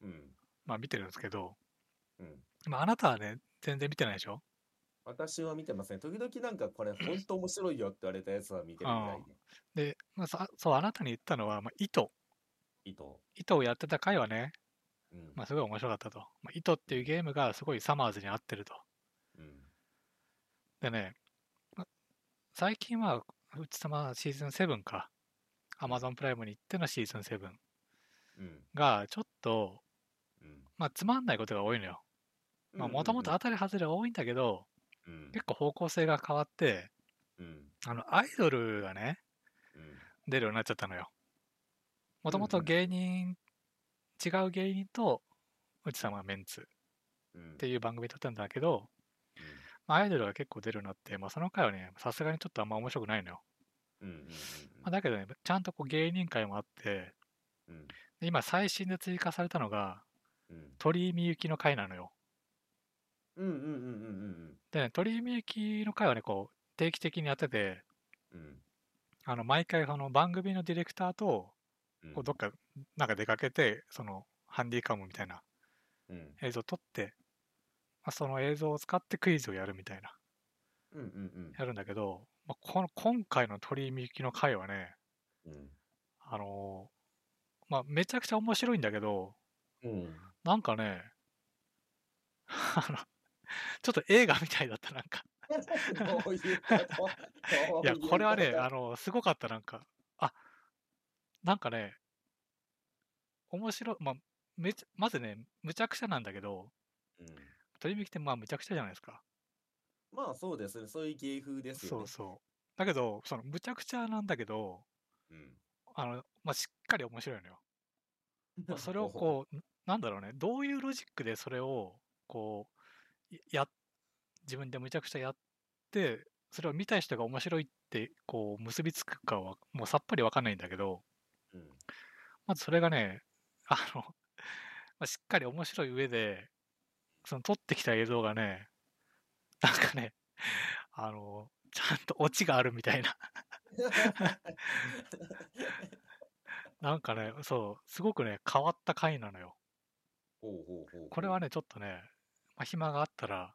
Speaker 2: うん。
Speaker 1: まあ見てるんですけど、
Speaker 2: うん。
Speaker 1: まああなたはね、全然見てないでしょ
Speaker 2: 私は見てません。時々なんかこれ本当面白いよって言われたやつは見てるみたいで。
Speaker 1: で、まあ、さそう、あなたに言ったのは、まあ、糸、
Speaker 2: 糸。
Speaker 1: 糸をやってた回はね、
Speaker 2: うん。
Speaker 1: まあ、すごい面白かったと。まあ、糸っていうゲームがすごいサマーズに合ってると。
Speaker 2: うん。
Speaker 1: でね、ま最近は、うちさまシーズン7か、Amazon プライムに行ってのシーズン7
Speaker 2: うん。
Speaker 1: が、ちょっと、
Speaker 2: うん。
Speaker 1: まあ、つまんないことが多いのよ。まあ、もともと当たり外れは多いんだけど、
Speaker 2: うん。
Speaker 1: 結構方向性が変わって、
Speaker 2: うん。
Speaker 1: あの、アイドルがね、
Speaker 2: うん。
Speaker 1: 出るようになっちゃったのよ。もとも
Speaker 2: うん
Speaker 1: と
Speaker 2: うん
Speaker 1: 芸人、違う芸人と、うちさまメンツ
Speaker 2: うん。
Speaker 1: っていう番組だったんだけど、まあアイドルが結構出るようになって、まあ、その回はね、さすがにちょっとあんま面白くないのよ。
Speaker 2: うん。うん。
Speaker 1: まあ、だけどね、ちゃんとこう芸人会もあって、
Speaker 2: うん。
Speaker 1: で今最新で追加されたのが
Speaker 2: うん。
Speaker 1: 鳥居みゆきの回なのよ。
Speaker 2: うん。うん。うん。うん。うん。
Speaker 1: でね鳥居みゆきの回はねこう定期的にやってて
Speaker 2: うん。
Speaker 1: あの毎回その番組のディレクターと
Speaker 2: うん。
Speaker 1: こうどっかなんか出かけてそのハンディカムみたいな
Speaker 2: うん。
Speaker 1: 映像を撮って、まあ、その映像を使ってクイズをやるみたいな
Speaker 2: うん。うん。
Speaker 1: やるんだけど、まあ、この今回の鳥居みゆきの回はね
Speaker 2: うん。
Speaker 1: あのーまあめちゃくちゃ面白いんだけど
Speaker 2: うん。
Speaker 1: なんかねあのちょっと映画みたいだったなんか
Speaker 2: どういうこと
Speaker 1: いや、これはね、あ
Speaker 2: の、
Speaker 1: の、すごかった、なんか。あ、なんかね、面白い、まあ、めちゃまずね、むちゃくちゃなんだけど、
Speaker 2: うん
Speaker 1: 鳥引きってまあ、むちゃくちゃじゃないですか。
Speaker 2: まあそうですね。そういう芸風ですよ
Speaker 1: そ
Speaker 2: ね
Speaker 1: う。そう。だけど、その、むちゃくちゃなんだけど、
Speaker 2: うん
Speaker 1: あの、まあ、しっかり面白いのよ。まあそれをこう、なんだろうね、どういうロジックでそれを、こう、いや、自分でむちゃくちゃやって、それを見た人が面白いって、こう、結びつくかは、もうさっぱりわかんないんだけど、
Speaker 2: うん。
Speaker 1: まずそれがね、あの、 まあ、しっかり面白い上で、その撮ってきた映像がね、なんかね、 あの、ちゃんとオチがあるみたいな、 なんかね、そう、すごくね、変わった回なのよ。
Speaker 2: ほうほうほうほう
Speaker 1: これはね、ちょっとね、まあ、暇があったら、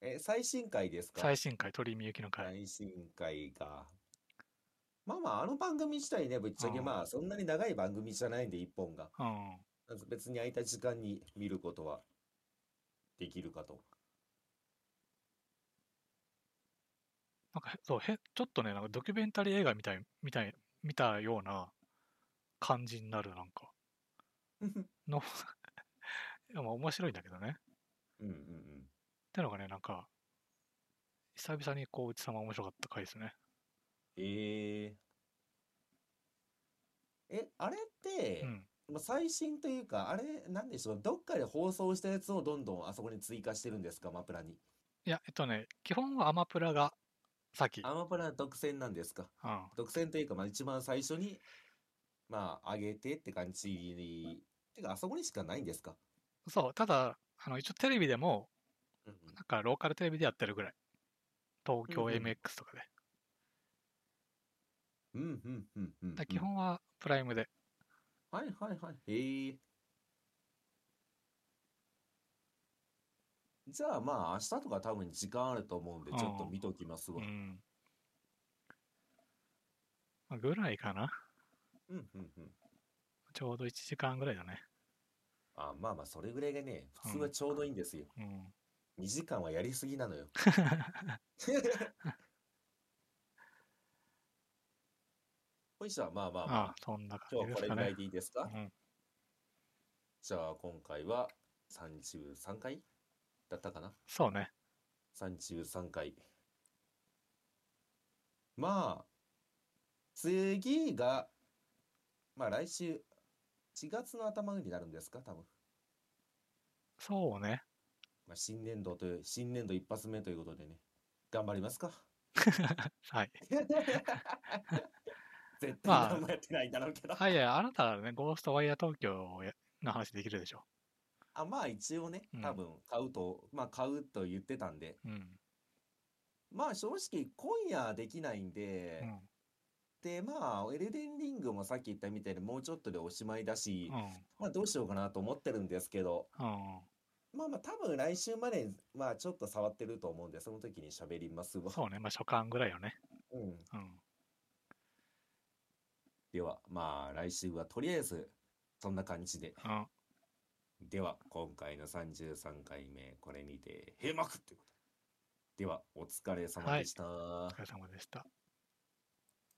Speaker 2: え、最新回ですか
Speaker 1: 最新回、鳥居みゆきの回。
Speaker 2: 最新回が。まあまあ、あの番組自体ね、ぶっちゃけ
Speaker 1: うん
Speaker 2: まあ、そんなに長い番組じゃないんで、一本が。
Speaker 1: うん。
Speaker 2: 別に空いた時間に見ることはできるか と。
Speaker 1: なんか、そう、へちょっとね、なんかドキュメンタリー映画みたい、みたい、見たような感じになる、なんか。の、いやまあ面白いんだけどね。
Speaker 2: うんうんうん。
Speaker 1: ってのがね、なんか、久々にこう、うちさま面白かった回ですね。
Speaker 2: ええ。え、あれって
Speaker 1: う、ん。
Speaker 2: まあ最新というか、あれ、なんでしょう、どっかで放送したやつをどんどんあそこに追加してるんですか、アマプラに。
Speaker 1: いや、えっとね、基本はアマプラが先。
Speaker 2: アマプラ独占なんですか。
Speaker 1: うん。
Speaker 2: 独占というか、まあ、一番最初に、まあ、上げてって感じに。てか、あそこにしかないんですか。
Speaker 1: そう、ただ、あの、一応テレビでも、
Speaker 2: うんうん
Speaker 1: なんかローカルテレビでやってるぐらい。東京
Speaker 2: うんうん
Speaker 1: MX とかで。
Speaker 2: うんうんうんうんうん。
Speaker 1: だから基本はプライムで。
Speaker 2: はいはいはい。へえ。じゃあまあ明日とか多分時間あると思うんで
Speaker 1: あー
Speaker 2: ちょっと見ときます
Speaker 1: う
Speaker 2: わ。
Speaker 1: ん。まあぐらいかな。
Speaker 2: うんうんうん。
Speaker 1: ちょうど1時間ぐらいだね。
Speaker 2: あまあまあそれぐらいがね、普通
Speaker 1: う
Speaker 2: は
Speaker 1: ん
Speaker 2: ちょうどいいんですよ。
Speaker 1: うん。
Speaker 2: 2時間はやりすぎな のよ。ほいじゃあまあまあま
Speaker 1: あ
Speaker 2: あ、
Speaker 1: そんな感
Speaker 2: 今
Speaker 1: じ
Speaker 2: 日
Speaker 1: です
Speaker 2: はこれ
Speaker 1: か
Speaker 2: ぐら
Speaker 1: ね
Speaker 2: い。でいいですか
Speaker 1: うん。
Speaker 2: じゃあ今回は33回だったかな
Speaker 1: そうね。
Speaker 2: 33回。まあ、次が、まあ来週、4月の頭になるんですか、多分。
Speaker 1: そうね。
Speaker 2: まあ、新年度という、新年度一発目ということでね、頑張りま すか。
Speaker 1: はい。
Speaker 2: 絶対
Speaker 1: まあ
Speaker 2: 何もやってないんだろうけど。
Speaker 1: あ、いや、あなたはね、ゴーストワイヤー東京をやの話できるでしょ。
Speaker 2: あ、まあ一応ね
Speaker 1: うん、
Speaker 2: 多分買うと、まあ買うと言ってたんで、
Speaker 1: うん。
Speaker 2: まあ正直今夜できないんで
Speaker 1: う、ん。
Speaker 2: で、まあ、エルデンリングもさっき言ったみたいにもうちょっとでおしまいだし
Speaker 1: う、ん。
Speaker 2: まあどうしようかなと思ってるんですけど、
Speaker 1: うん。
Speaker 2: まあまあ多分来週まで、まあちょっと触ってると思うんで、その時に喋りますわ。
Speaker 1: そうね。まあ、初感ぐらいよね。
Speaker 2: うん。
Speaker 1: うん。
Speaker 2: では、まあ来週はとりあえず、そんな感じで。
Speaker 1: うん。
Speaker 2: では、今回の33回目、これにて閉幕ってことで。では、お疲れ様
Speaker 1: は
Speaker 2: で
Speaker 1: い
Speaker 2: した。
Speaker 1: お疲れ様でした。